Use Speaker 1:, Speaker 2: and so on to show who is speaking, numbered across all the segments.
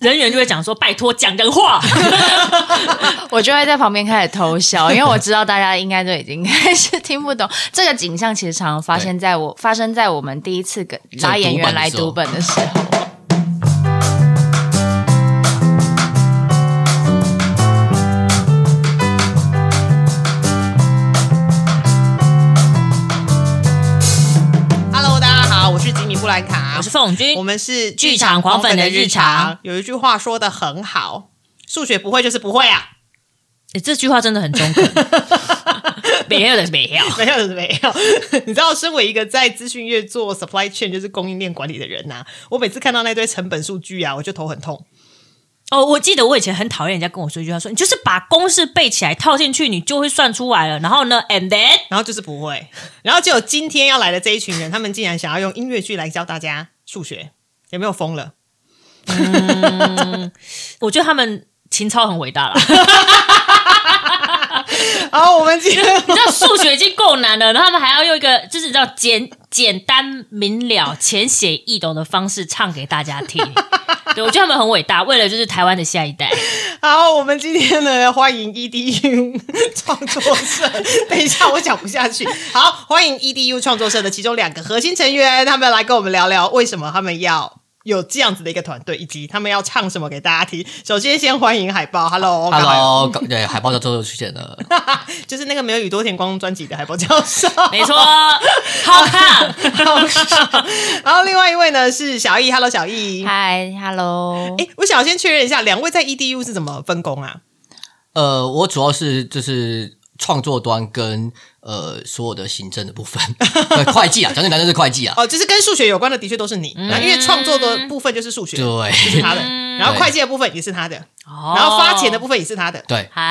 Speaker 1: 人员就会讲说：“拜托，讲人 话。
Speaker 2: 我就会在旁边开始偷笑，因为我知道大家应该都已经开始听不懂这个景象。其实常常发生在我发生在我们第一次跟拉演员来读本的时候。
Speaker 3: Hello，大家好，我是吉米布兰”卡，
Speaker 1: 我是凤君，
Speaker 3: 我们是
Speaker 1: 剧场狂粉的日常。
Speaker 3: 有一句话说的很好，数学不会就是不会啊，
Speaker 1: 诶这句话真的很中肯， 没有的没有。
Speaker 3: 没有没有。 你知道，身为一个在资讯业做 supply chain 就是供应链管理的人呐、我每次看到那堆成本数据啊，我就头很痛。
Speaker 1: 哦，我记得我以前很讨厌人家跟我说一句话，说你就是把公式背起来套进去，你就会算出来了。然后呢，and then
Speaker 3: 然后就是不会，然后就有今天要来的这一群人，他们竟然想要用音乐剧来教大家数学，有没有疯了？
Speaker 1: 我觉得他们情操很伟大 了。
Speaker 3: 好，我们今天
Speaker 1: 你知道数学已经够难了，然后他们还要用一个就是你知道简简单明了、浅显易懂的方式唱给大家听。 对，我觉得他们很伟大，为了就是台湾的下一代。
Speaker 3: 好，我们今天呢，欢迎 EDU 创作社。等一下，我讲不下去。好，欢迎 EDU 创作社的其中两个核心成员，他们来跟我们聊聊为什么他们要有这样子的一个团队，以及他们要唱什么给大家听。首先，先欢迎海报，Hello，干哦嘛
Speaker 4: Hello，搞对，海报叫周周出现 了，
Speaker 3: 就是那个没有宇多田光专辑的海报教授。
Speaker 1: 没错，好看。
Speaker 3: 然后另外一位呢是小易，Hello，小 易。
Speaker 2: 嗨，Hello，
Speaker 3: 哎，我想先确认一下，两位在 EDU 是怎么分工啊？
Speaker 4: 呃，我主要是就是创作端跟呃所有的行政的部 分，呃会计啊，讲简单就是会计啊，
Speaker 3: 哦，就是跟数学有关的，的确都是你。那因为创作的部分就是数学，就是
Speaker 4: 对
Speaker 3: 他的。然后会计的部分也是他的， 然后发钱的部分也是他的。
Speaker 1: 哦
Speaker 4: 对，
Speaker 1: 啊，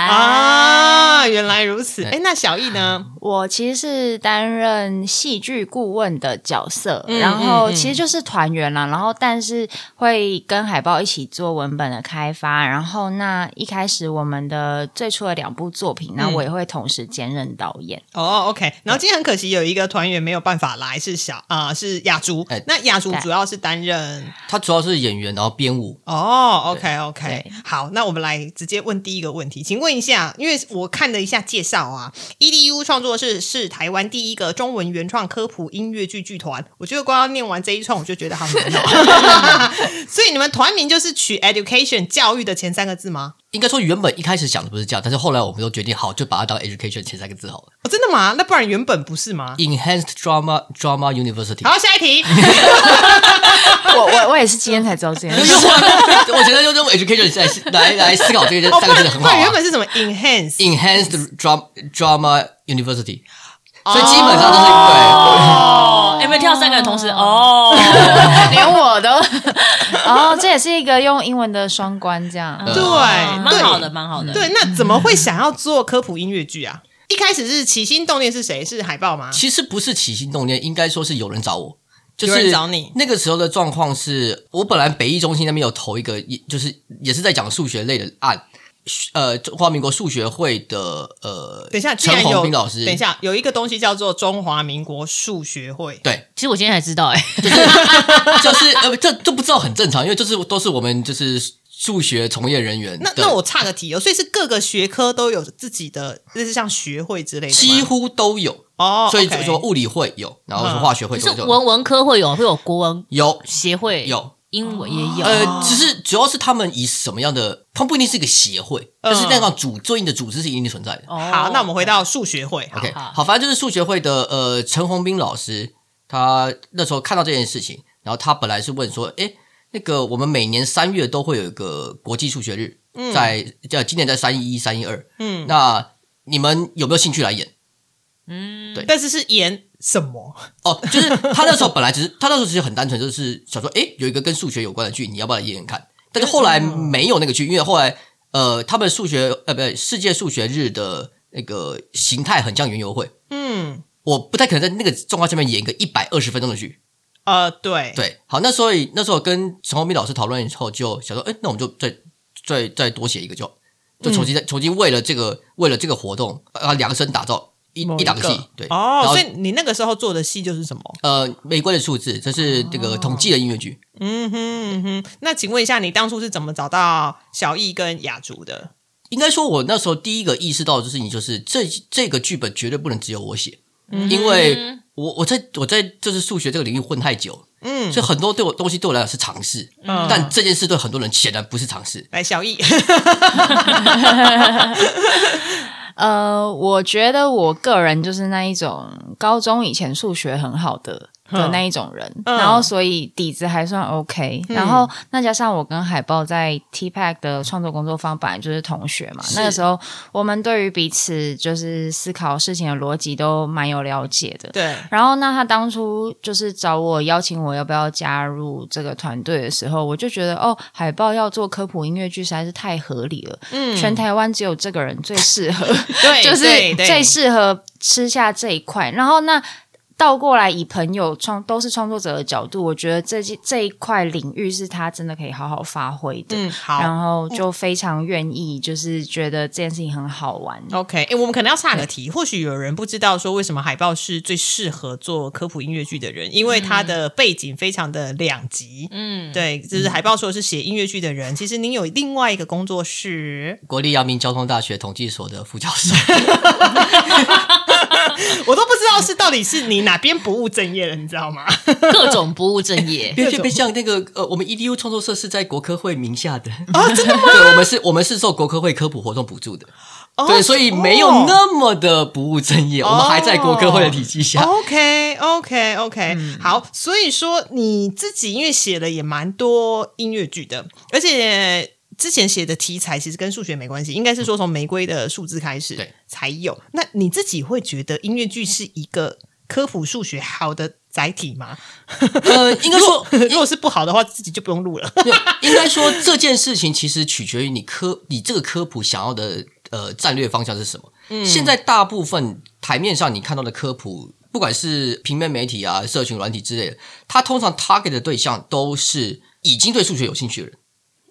Speaker 3: 啊，原来如此。哎，那小易呢？
Speaker 2: 我其实是担任戏剧顾问的角色，然后其实就是团员啦，然后但是会跟海报一起做文本的开发，然后那一开始我们的最初的两部作品，那我也会同时兼任导演。
Speaker 3: 哦，OK。然后今天很可惜有一个团员没有办法来，是小啊，是雅竹
Speaker 4: 哎。
Speaker 3: 那雅竹
Speaker 2: 对
Speaker 3: 主要是担任
Speaker 4: 他主要是演员，然后编舞，
Speaker 3: 哦，OK OK，
Speaker 2: 对
Speaker 3: 好，那我们来直接问第一个问题，请问一下，因为我看了一下介绍啊，EDU 创作室是台湾第一个中文原创科普音乐剧剧团，我觉得光要念完这一串我就觉得好难哦，所以你们团名就是取 education 教育的前三个字吗？
Speaker 4: 应该说原本一开始想的不是这样，但是后来我们都决定好，就把它当 education 前三个字好了
Speaker 3: 哦，真的吗？那不然原本不是吗？
Speaker 4: ，enhanced drama drama university。
Speaker 3: 好，下一题，哦
Speaker 2: 我我我也是今天才知道这件
Speaker 4: 因
Speaker 2: 事。
Speaker 4: 为我我觉得就用 education 来来来思考这个
Speaker 3: 哦，
Speaker 4: 三个
Speaker 3: 不然
Speaker 4: 字很
Speaker 3: 不
Speaker 4: 好
Speaker 3: 然原
Speaker 4: 啊
Speaker 3: 本是什么 enhance？
Speaker 4: ，enhanced drama drama university，所
Speaker 3: 哦
Speaker 4: 以基本上都是对。
Speaker 1: 哦，有没有听到三个人同时？哦，
Speaker 2: 连我都，哦，这也是一个用英文的双关，这样。
Speaker 3: 对，
Speaker 1: 蛮好的，
Speaker 3: 对
Speaker 1: 蛮好的。
Speaker 3: 对，那怎么会想要做科普音乐剧啊？一开始是起心动念是谁？是海报吗？
Speaker 4: 其实不是起心动念，应该说是有人找我，就
Speaker 3: 有
Speaker 4: 是
Speaker 3: 人找你
Speaker 4: 那个时候的状况是，我本来北艺中心那边有投一个，也就是也是在讲数学类的案，呃，中华民国数学会的呃，
Speaker 3: 等一下，既
Speaker 4: 陈
Speaker 3: 然有
Speaker 4: 宏斌老师，
Speaker 3: 等一，下有一个东西叫做中华民国数学会，
Speaker 4: 对，
Speaker 1: 其实我今天才知道，哎，
Speaker 4: 就是呃，这这不知道很正常，因为就是都是我们就是数学从业人员的，
Speaker 3: 那那我岔个题哦，所以是各个学科都有自己的，类似像学会之类的吗，
Speaker 4: 几乎都有，
Speaker 3: 哦，
Speaker 4: 所以
Speaker 3: OK 嗯
Speaker 4: 就说物理会有，然后说化学会
Speaker 1: 就是
Speaker 4: 有就
Speaker 1: 文文科会有，会有国文
Speaker 4: 有
Speaker 1: 协会，
Speaker 4: 有
Speaker 1: 英文也有。
Speaker 4: 呃，只是主要是他们以什么样的，他们不一定是一个协会，但是那种组对应的组织是一定存在的。
Speaker 1: 嗯哦
Speaker 3: 好，那我们回到数学会
Speaker 4: OK，
Speaker 1: 好
Speaker 4: 好，反正就是数学会的呃陈宏斌老师，他那时候看到这件事情，然后他本来是问说，诶，那个我们每年三月都会有一个国际数学日，
Speaker 1: 嗯
Speaker 4: 在呃今年在三一一、三一二，嗯，
Speaker 3: 嗯
Speaker 4: 那你们有没有兴趣来演？
Speaker 3: 好但是是演什么？
Speaker 4: 哦，就是他那时候本来只是他那时候其实很单纯，就是想说，诶，有一个跟数学有关的剧，你要不要来演演看？但是后来没有那个剧，因为后来呃，他们数学呃不对，世界数学日的那个形态很像园游会，
Speaker 3: 嗯，
Speaker 4: 我不太可能在那个状况下面演一个一百二十分钟的剧。
Speaker 3: 呃，对，
Speaker 4: 对，好，那所以那时候跟陈宏斌老师讨论以后，就想说，诶，那我们就再
Speaker 3: 嗯
Speaker 4: 呃再再多写一个就，就重新再重新为了这个为了这个活动，把它量身打造一
Speaker 3: 某
Speaker 4: 一档
Speaker 3: 个
Speaker 4: 戏，对，
Speaker 3: 哦
Speaker 4: 然，后
Speaker 3: 所以你那个时候做的戏就是什么？
Speaker 4: 呃，玫瑰的数字，这是这个统计的音乐剧。
Speaker 3: 嗯哼嗯哼。那请问一下，你当初是怎么找到小易跟雅竹的？
Speaker 4: 应该说，我那时候第一个意识到的事情就是，这这个剧本绝对不能只有我写，因为我我在我在就是数学这个领域混太久，
Speaker 3: 嗯
Speaker 4: 所以很多对我东西对我来讲是尝试，
Speaker 3: 嗯
Speaker 4: 但这件事对很多人显然不是尝试。
Speaker 3: 来，小易，
Speaker 2: 呃，我觉得我个人就是那一种高中以前数学很好的。的那一种人，
Speaker 3: 嗯
Speaker 2: 然后所以底子还算 OK，、然后那加上我跟海豹在 T Pack 的创作工作坊本来就是同学嘛，那个时候我们对于彼此就是思考事情的逻辑都蛮有了解的，
Speaker 3: 对，
Speaker 2: 然后，那他当初就是找我邀请我要不要加入这个团队的时候，我就觉得哦，海报要做科普音乐剧实在是太合理了。嗯，全台湾只有这个人最适 合，
Speaker 3: 对
Speaker 2: 就是
Speaker 3: 哎对对
Speaker 2: 最适合吃下这一块。然后那。倒过来，以朋友创都是创作者的角度，我觉得这这一块领域是他真的可以好好发挥的，
Speaker 3: 嗯，好。
Speaker 2: 然后就非常愿意，就是觉得这件事情很好玩。
Speaker 3: OK，哎、我们可能要岔个题，或许有人不知道说为什么海豹是最适合做科普音乐剧的人，因为他的背景非常的两极。嗯，对，就是海豹说是写音乐剧的人，其实您有另外一个工作室，
Speaker 4: 国立阳明交通大学统计所的副教授，
Speaker 3: 我都不知道是到底是你哪边不务正业了，你知道吗？
Speaker 1: 各种不务正 业。
Speaker 4: 因为就变像那个呃，我们 EDU 创作社是在国科会名下的哦，真的吗？ 对，我们是我们是受国科会科普活动补助的，
Speaker 3: 哦
Speaker 4: 对，所以没有
Speaker 3: 哦
Speaker 4: 那么的不务正业，我们还在国科会的体系
Speaker 3: 哦
Speaker 4: 下。
Speaker 3: OK OK OK，、好，
Speaker 4: 嗯
Speaker 3: 所以说你自己因为写了也蛮多音乐剧的，而且之前写的题材其实跟数学没关系，应该是说从玫瑰的数字开始
Speaker 4: 对
Speaker 3: 才有。那你自己会觉得音乐剧是一个科普数学好的载体吗？
Speaker 4: 呃，应该说，
Speaker 3: 如果是不好的话，自己就不用录了。
Speaker 4: 应该说这件事情其实取决于你科你这个科普想要的呃战略方向是什么。
Speaker 3: 嗯
Speaker 4: 现在大部分台面上你看到的科普，不管是平面媒体啊、社群软体之类的，它通常 target 的对象都是已经对数学有兴趣的人。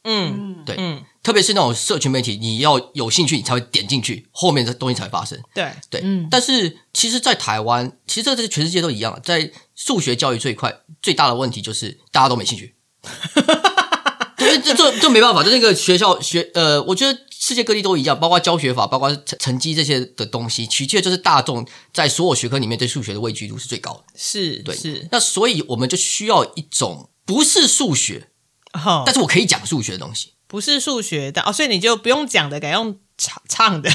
Speaker 3: 嗯，
Speaker 4: 对，
Speaker 3: 嗯
Speaker 4: 特别是那种社群媒体，你要有兴趣，你才会点进去，后面的东西才会发生。
Speaker 3: 对，
Speaker 4: 对，但是其实，在台湾，其实这这全世界都一样，在数学教育这一块，最大的问题就是大家都没兴趣。对，这这这没办法，就那个学校学呃，我觉得世界各地都一样，包括教学法，包括成成绩这些的东西，其实就是大众在所有学科里面对数学的畏惧度是最高的。
Speaker 3: 是，
Speaker 4: 对，
Speaker 3: 是，
Speaker 4: 那所以我们就需要一种不是数学，
Speaker 3: 哦
Speaker 4: 但，是我可以讲数学的东西。
Speaker 3: 不是数学的哦，所以你就不用讲的，改用唱 唱的。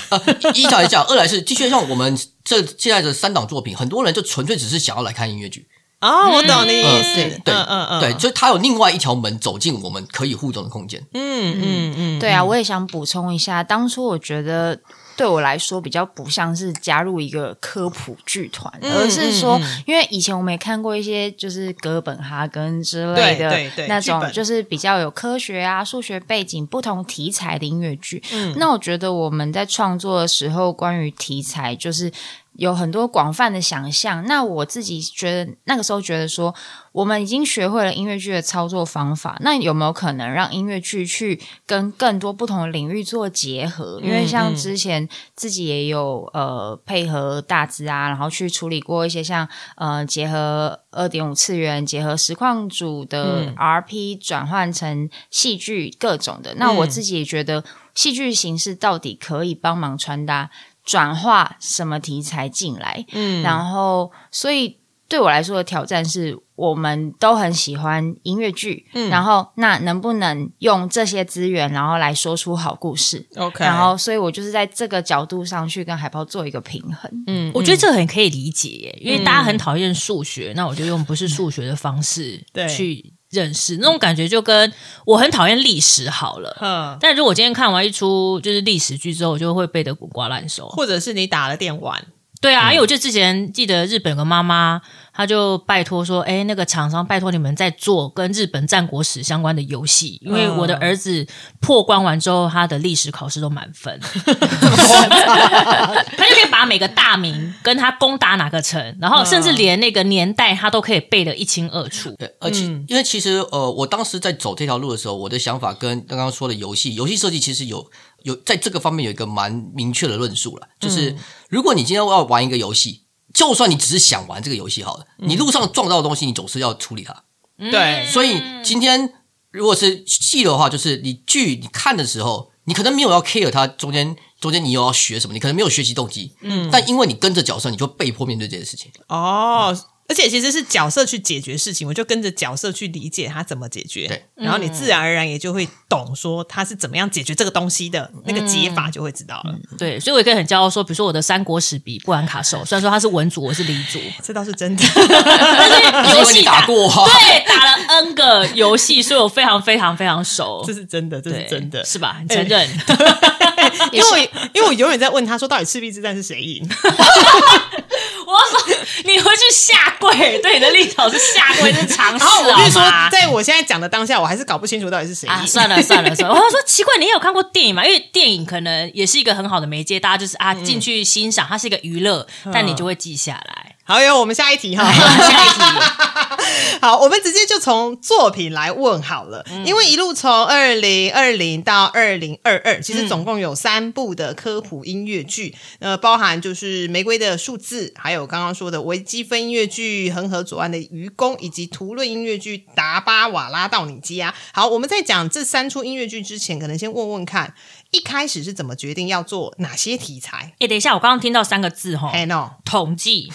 Speaker 4: 一来讲，二来是的确像我们这现在的三档作品，很多人就纯粹只是想要来看音乐剧，
Speaker 3: 哦，我懂你意
Speaker 4: 嗯
Speaker 3: 思，
Speaker 4: 对，
Speaker 3: 嗯嗯嗯，
Speaker 4: 对，就是它有另外一条门走进我们可以互动的空间。
Speaker 3: 嗯嗯嗯，
Speaker 2: 对啊，我也想补充一下，当初我觉得对我来说比较不像是加入一个科普剧团，
Speaker 3: 嗯
Speaker 2: 而是说，因为以前我们也看过一些就是哥本哈根之类
Speaker 3: 对对
Speaker 2: 的
Speaker 3: 对
Speaker 2: 那
Speaker 3: 剧
Speaker 2: 种，
Speaker 3: 本
Speaker 2: 就是比较有科学啊、数学背景、不同题材的音乐剧。
Speaker 3: 嗯
Speaker 2: 那我觉得我们在创作的时候，关于题材就是。有很多广泛的想象。那我自己觉得，那个时候觉得说，我们已经学会了音乐剧的操作方法，那有没有可能让音乐剧去跟更多不同的领域做结合？因为像之前自己也有呃配合大资啊，然后去处理过一些像呃结合二点五次元、结合实况组的 RP 转换成戏剧各种的。那我自己也觉得，戏剧形式到底可以帮忙传达。转化什么题材进来，嗯，然后所以对我来说的挑战是，我们都很喜欢音乐剧，然后那能不能用这些资源，然后来说出好故事
Speaker 3: OK
Speaker 2: 然后所以我就是在这个角度上去跟海豹做一个平衡，嗯，
Speaker 1: 我觉得这很可以理解耶，因为大家
Speaker 3: 嗯
Speaker 1: 很讨厌数学，那我就用不是数学的方式
Speaker 3: 对
Speaker 1: 去认识，那种感觉就跟我很讨厌历史好了。
Speaker 3: 嗯，
Speaker 1: 但如果我今天看完一出就是历史剧之后，我就会背得滚瓜烂熟。
Speaker 3: 或者是你打了电玩，
Speaker 4: 嗯
Speaker 1: 对啊，因为我就之前记得日本有个妈妈，他就拜托说，哎，那个厂商拜托你们在做跟日本战国史相关的游戏，因为我的儿子破关完之后，他的历史考试都满 分，他就可以把每个大名跟他攻打哪个城，然后甚至连那个年代他都可以背得一清二楚。
Speaker 4: 对，而且、
Speaker 3: 嗯
Speaker 4: 因为其实呃，我当时在走这条路的时候，我的想法跟刚刚说的游戏游戏设计其实有有在这个方面有一个蛮明确的论述了，
Speaker 3: 嗯
Speaker 4: 就是、如果你今天要玩一个游戏，就算你只是想玩这个游戏好了，
Speaker 3: 嗯
Speaker 4: 你路上撞到的东西，你总是要处理它。
Speaker 1: 嗯
Speaker 3: 对
Speaker 4: 所以今天如果是戏的话，就是你剧你看的时候，你可能没有要 care 它中间中间你有要学什么，你可能没有学习动机，嗯，但因为你跟着角色，你就被迫面对这件事情。
Speaker 3: 哦，而且其实是角色去解决事情，我就跟着角色去理解他怎么解决，
Speaker 4: 对，
Speaker 3: 然后你自然而然也就会懂说他是怎么样解决这个东西的、那个解法，就会知道了。
Speaker 1: 嗯对，所以我也可以很骄傲说，比如说我的三国史比布兰卡兽，虽然说他是文族，我是黎 族，
Speaker 3: 这倒是真的。
Speaker 1: 但是
Speaker 4: 因
Speaker 1: 游
Speaker 4: 为你
Speaker 1: 戏
Speaker 4: 打过
Speaker 3: 哦
Speaker 4: 啊，
Speaker 1: 对，打了 N 个游戏，所以我非常非常非常熟
Speaker 3: 这。是真的，这
Speaker 1: 对
Speaker 3: 是，真的，哎
Speaker 1: 是吧？你承认？
Speaker 3: 因为我因为我永远在问他说，到底赤壁之战是谁赢？
Speaker 1: 我要说你回去下跪，对你的立场是下跪，是尝试
Speaker 3: 然后我
Speaker 1: 好
Speaker 3: 跟你说
Speaker 1: 吗，
Speaker 3: 在我现在讲的当下，我还是搞不清楚到底是谁赢。
Speaker 1: 啊，算了算了算了，我说奇怪，你也有看过电影嘛？因为电影可能也是一个很好的媒介，大家就是啊
Speaker 3: 嗯
Speaker 1: 进去欣赏，它是一个娱乐，但你就会记下来。
Speaker 3: 好哟，我们下一题哈。
Speaker 1: 下一 题，
Speaker 3: 好，我们直接就从作品来问好了，因为一路从二零二零到二零二二，其实总共有三部的科普音乐剧，呃，包含就是《玫瑰的数字》，还有刚刚说的维基分音乐剧《恒河左岸的愚公》，以及图论音乐剧《达巴瓦拉到你家》。好，我们在讲这三出音乐剧之前，可能先问问看，一开始是怎么决定要做哪些题材？
Speaker 1: 哎，等一下，我刚刚听到三个字哈，
Speaker 3: 哎、no，
Speaker 1: 统计、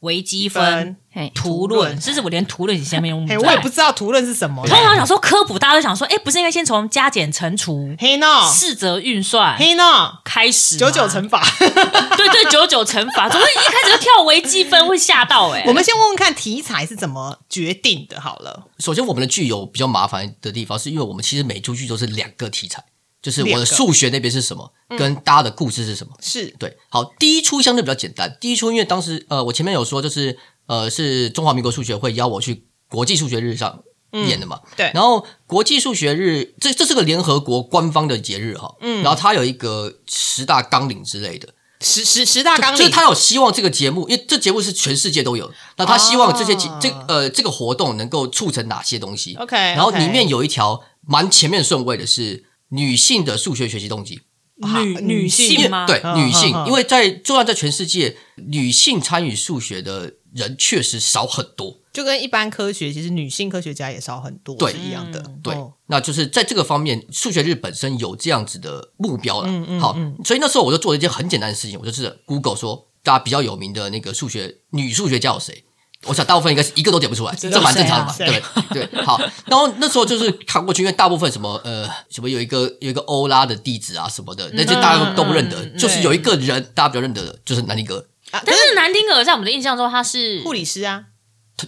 Speaker 1: 微积
Speaker 3: 分
Speaker 1: 分、
Speaker 2: 嘿
Speaker 1: 图论，甚至我连图论下面用
Speaker 3: 哎、我也不知道图论是什么。
Speaker 1: 通常想说科普，大家都想说，哎，不是应该先从加减乘除、
Speaker 3: 嘿 no，
Speaker 1: 四则运算
Speaker 3: 哦嘿 no，
Speaker 1: 开始吗？
Speaker 3: 九九乘法。
Speaker 1: 对对，九九乘法，怎么一开始就跳微积分会吓到？哎，
Speaker 3: 我们先问问看题材是怎么决定的，好了。
Speaker 4: 首先，我们的剧有比较麻烦的地方，是因为我们其实每出剧都是两个题材，就是我
Speaker 3: 两
Speaker 4: 的
Speaker 3: 个
Speaker 4: 数学那边是什么，跟大家的故事是什么。
Speaker 3: 是
Speaker 4: 对，好，第一出相对比较简单。第一出因为当时呃，我前面有说，就是呃，是中华民国数学会邀我去国际数学日上演的嘛。
Speaker 3: 嗯对
Speaker 4: 然后国际数学日，这这是个联合国官方的节日哈。嗯。然后它有一个十大纲领之类的，
Speaker 3: 十十十大纲
Speaker 4: 就
Speaker 3: 领
Speaker 4: 是，他有希望这个节目，因为这节目是全世界都有，那他希望这些节、
Speaker 3: 哦
Speaker 4: 这呃这个活动能够促成哪些东西
Speaker 3: OK，
Speaker 4: 然后
Speaker 3: OK
Speaker 4: 里面有一条蛮前面顺位的是女性的数学学习动机，
Speaker 1: 女女
Speaker 4: 因
Speaker 1: 性
Speaker 4: 为
Speaker 1: 吗？
Speaker 4: 对
Speaker 3: 嗯
Speaker 4: 女性
Speaker 3: 嗯，嗯
Speaker 4: 因为在就算在全世界，女性参与数学的人确实少很多，
Speaker 3: 就跟一般科学，其实女性科学家也少很多，
Speaker 4: 对嗯
Speaker 3: 是一样的。
Speaker 4: 对，
Speaker 3: 哦
Speaker 4: 那就是在这个方面，数学日本身有这样子的目标
Speaker 3: 嗯
Speaker 4: 了。好，所以那时候我就做了一件很简单的事情，我就是 Google 说大家比较有名的那个数学女数学家有谁。我想大部分应该是一个都点不出来，
Speaker 3: 知
Speaker 4: 这
Speaker 3: 道
Speaker 4: 蛮正常的嘛，
Speaker 3: 谁啊
Speaker 4: 对不对？对，好。然后那时候就是看过去，因为大部分什么呃什么有一个有一个欧拉的地址啊什么的，那些
Speaker 3: 嗯
Speaker 4: 大家都不认得。就是有一个人大家比较认得的，就是南尼格。
Speaker 3: 啊，但
Speaker 1: 但
Speaker 3: 是
Speaker 1: 是南丁格尔在我们的印象中，他是
Speaker 3: 护理师啊，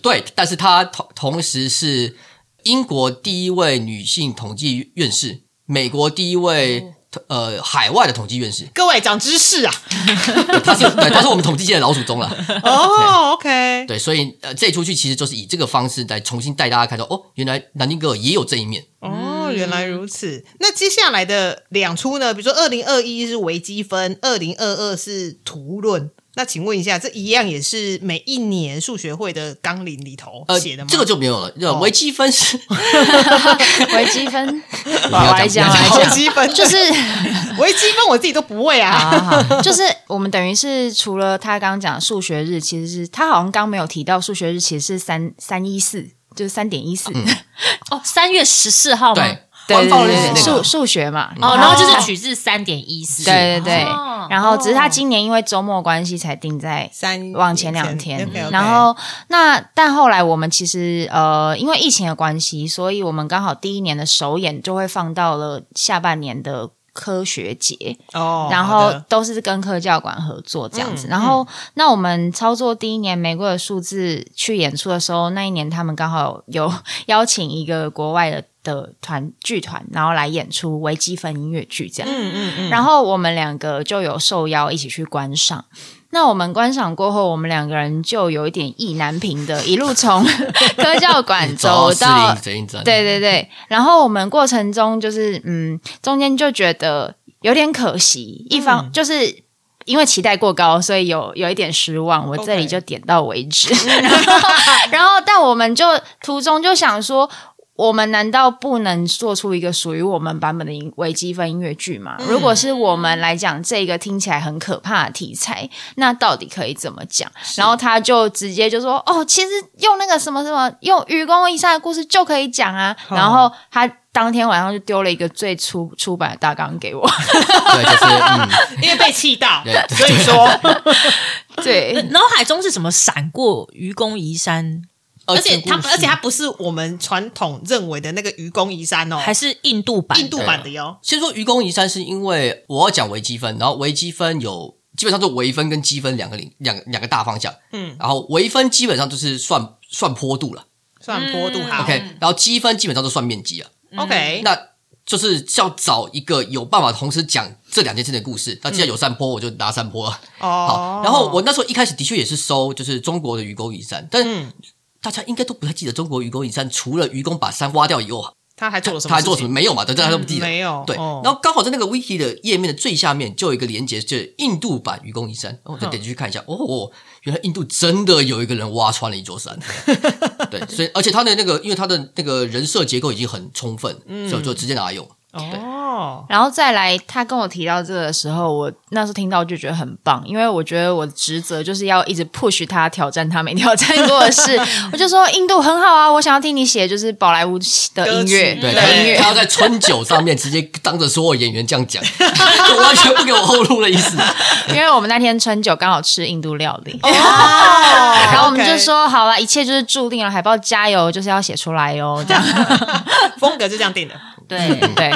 Speaker 4: 对，但是她同同时是英国第一位女性统计院士，美国第一位、
Speaker 3: 哦
Speaker 4: 呃海外的统计院士，
Speaker 3: 各位长知识 啊。
Speaker 4: 她是对，她是我们统计界的老祖宗了。
Speaker 3: 哦，OK，
Speaker 4: 对，所以呃这一出去其实就是以这个方式来重新带大家看到，哦，原来南丁格尔也有这一面。嗯
Speaker 3: 哦，原来如此。那接下来的两出呢？比如说二零二一是微积分，二零二二是图论。那请问一下，这一样也是每一年数学会的纲领里头
Speaker 4: 呃，
Speaker 3: 写的吗？
Speaker 4: 这个就没有了。那
Speaker 3: 哦
Speaker 4: 微积分 是，
Speaker 2: 微积 分，我
Speaker 4: 要
Speaker 2: 来讲，
Speaker 4: 讲不
Speaker 2: 我来
Speaker 4: 要讲
Speaker 3: 微
Speaker 2: 讲，
Speaker 3: 积分
Speaker 2: 就是
Speaker 3: 微积分我自己都不会啊。
Speaker 2: 啊，就是我们等于是除了他刚刚讲数学日，其实是他好像刚没有提到数学日，其实是三三一四，就是三点一四，
Speaker 1: 哦，三月十四号吗？
Speaker 3: 哦
Speaker 4: 对，
Speaker 2: 对对
Speaker 4: 官方的
Speaker 2: 对，
Speaker 4: 那
Speaker 2: 数
Speaker 4: 个
Speaker 2: 数学嘛，
Speaker 1: 哦，然后就是取自三点一四，
Speaker 2: 对对对
Speaker 1: 哦，
Speaker 2: 然后只是他今年因为周末关系才定在
Speaker 3: 三
Speaker 2: 往前两
Speaker 1: 嗯
Speaker 2: 天，
Speaker 3: OK，OK
Speaker 2: 然后那但后来我们其实呃，因为疫情的关系，所以我们刚好第一年的首演就会放到了下半年的科学节，
Speaker 3: 哦，
Speaker 2: 然
Speaker 3: 好
Speaker 2: 后
Speaker 3: 的嗯
Speaker 2: 都是跟科教馆合作这样子。然后、那我们操作第一年《玫瑰的数字》去演出的时候，那一年他们刚好有邀请一个国外的的团剧团，然后来演出微积分音乐剧这样。
Speaker 3: 嗯嗯嗯，
Speaker 2: 然后我们两个就有受邀一起去观赏。那我们观赏过后，我们两个人就有一点意难平的，一路从科教馆 走到
Speaker 4: 四零站，
Speaker 2: 对对对，然后我们过程中就是，嗯，中间就觉得有点可惜，一方、就是。因为期待过高，所以有有一点失望。我这里
Speaker 3: OK
Speaker 2: 就点到为止。然后， 然后，但我们就途中就想说，我们难道不能做出一个属于我们版本的音微积分音乐剧吗？如果是我们来讲这个听起来很可怕的题材，那到底可以怎么讲？然后他就直接就说：“哦，其实用那个什么什么，用愚公移山的故事就可以讲啊。”然后他当天晚上就丢了一个最初出版的大纲给我。
Speaker 4: 对，就是嗯，
Speaker 3: 因为被气 到
Speaker 4: 对，对
Speaker 3: 所以说
Speaker 1: 呃
Speaker 2: 对，
Speaker 1: 脑海中是什么闪过愚公移山，
Speaker 3: 而且它
Speaker 4: 故事
Speaker 3: 而且它不是我们传统认为的那个愚公移山哦，
Speaker 1: 还是印度版的？
Speaker 3: 印度版的哟。
Speaker 4: 先说愚公移山，是因为我要讲微积分，然后微积分有基本上就微分跟积分两个领两个两个大方向，
Speaker 3: 嗯，
Speaker 4: 然后微分基本上就是算算坡度了
Speaker 3: 算坡度好
Speaker 4: ，OK，然后积分基本上就算面积了，
Speaker 3: ，OK，
Speaker 4: 嗯那就是要找一个有办法同时讲这两件事的故事。那既然有山坡，我就拿山坡了。
Speaker 3: 哦
Speaker 4: 好，，然后我那时候一开始的确也是搜就是中国的愚公移山，但
Speaker 3: 嗯
Speaker 4: 大家应该都不太记得中国愚公移山，除了愚公把山挖掉以后，
Speaker 3: 他还做了什么？
Speaker 4: 他还做什么？没有嘛？对，大家都不记得。
Speaker 3: 没有，
Speaker 4: 对，
Speaker 3: 哦
Speaker 4: 然后刚好在那个 wiki 的页面的最下面就有一个连接，就是印度版愚公移山，哦我再点进去看一下，哦哦，原来印度真的有一个人挖穿了一座 山，对，所以而且他的那个，因为他的那个人设结构已经很充分，所以我就直接拿来用。
Speaker 3: 嗯哦，
Speaker 2: 然后再来，他跟我提到这个的时候，我那时候听到就觉得很棒，因为我觉得我的职责就是要一直 push 他挑战他没挑战 过的事。我就说印度很好啊，我想要听你写就是宝莱坞的音乐
Speaker 3: 歌曲
Speaker 2: 的
Speaker 4: 对，
Speaker 2: 音
Speaker 4: 他
Speaker 2: 乐。
Speaker 4: 他要在春酒上面直接当着所有演员这样讲， 就完全不给我后路的意思。
Speaker 2: 因为我们那天春酒刚好吃印度料理，
Speaker 3: 然
Speaker 2: 然后我们就说好了，一切就是注定了，海报加油，就是要写出来哟，这样
Speaker 3: 风格就这样定的。
Speaker 1: 对，
Speaker 2: 对。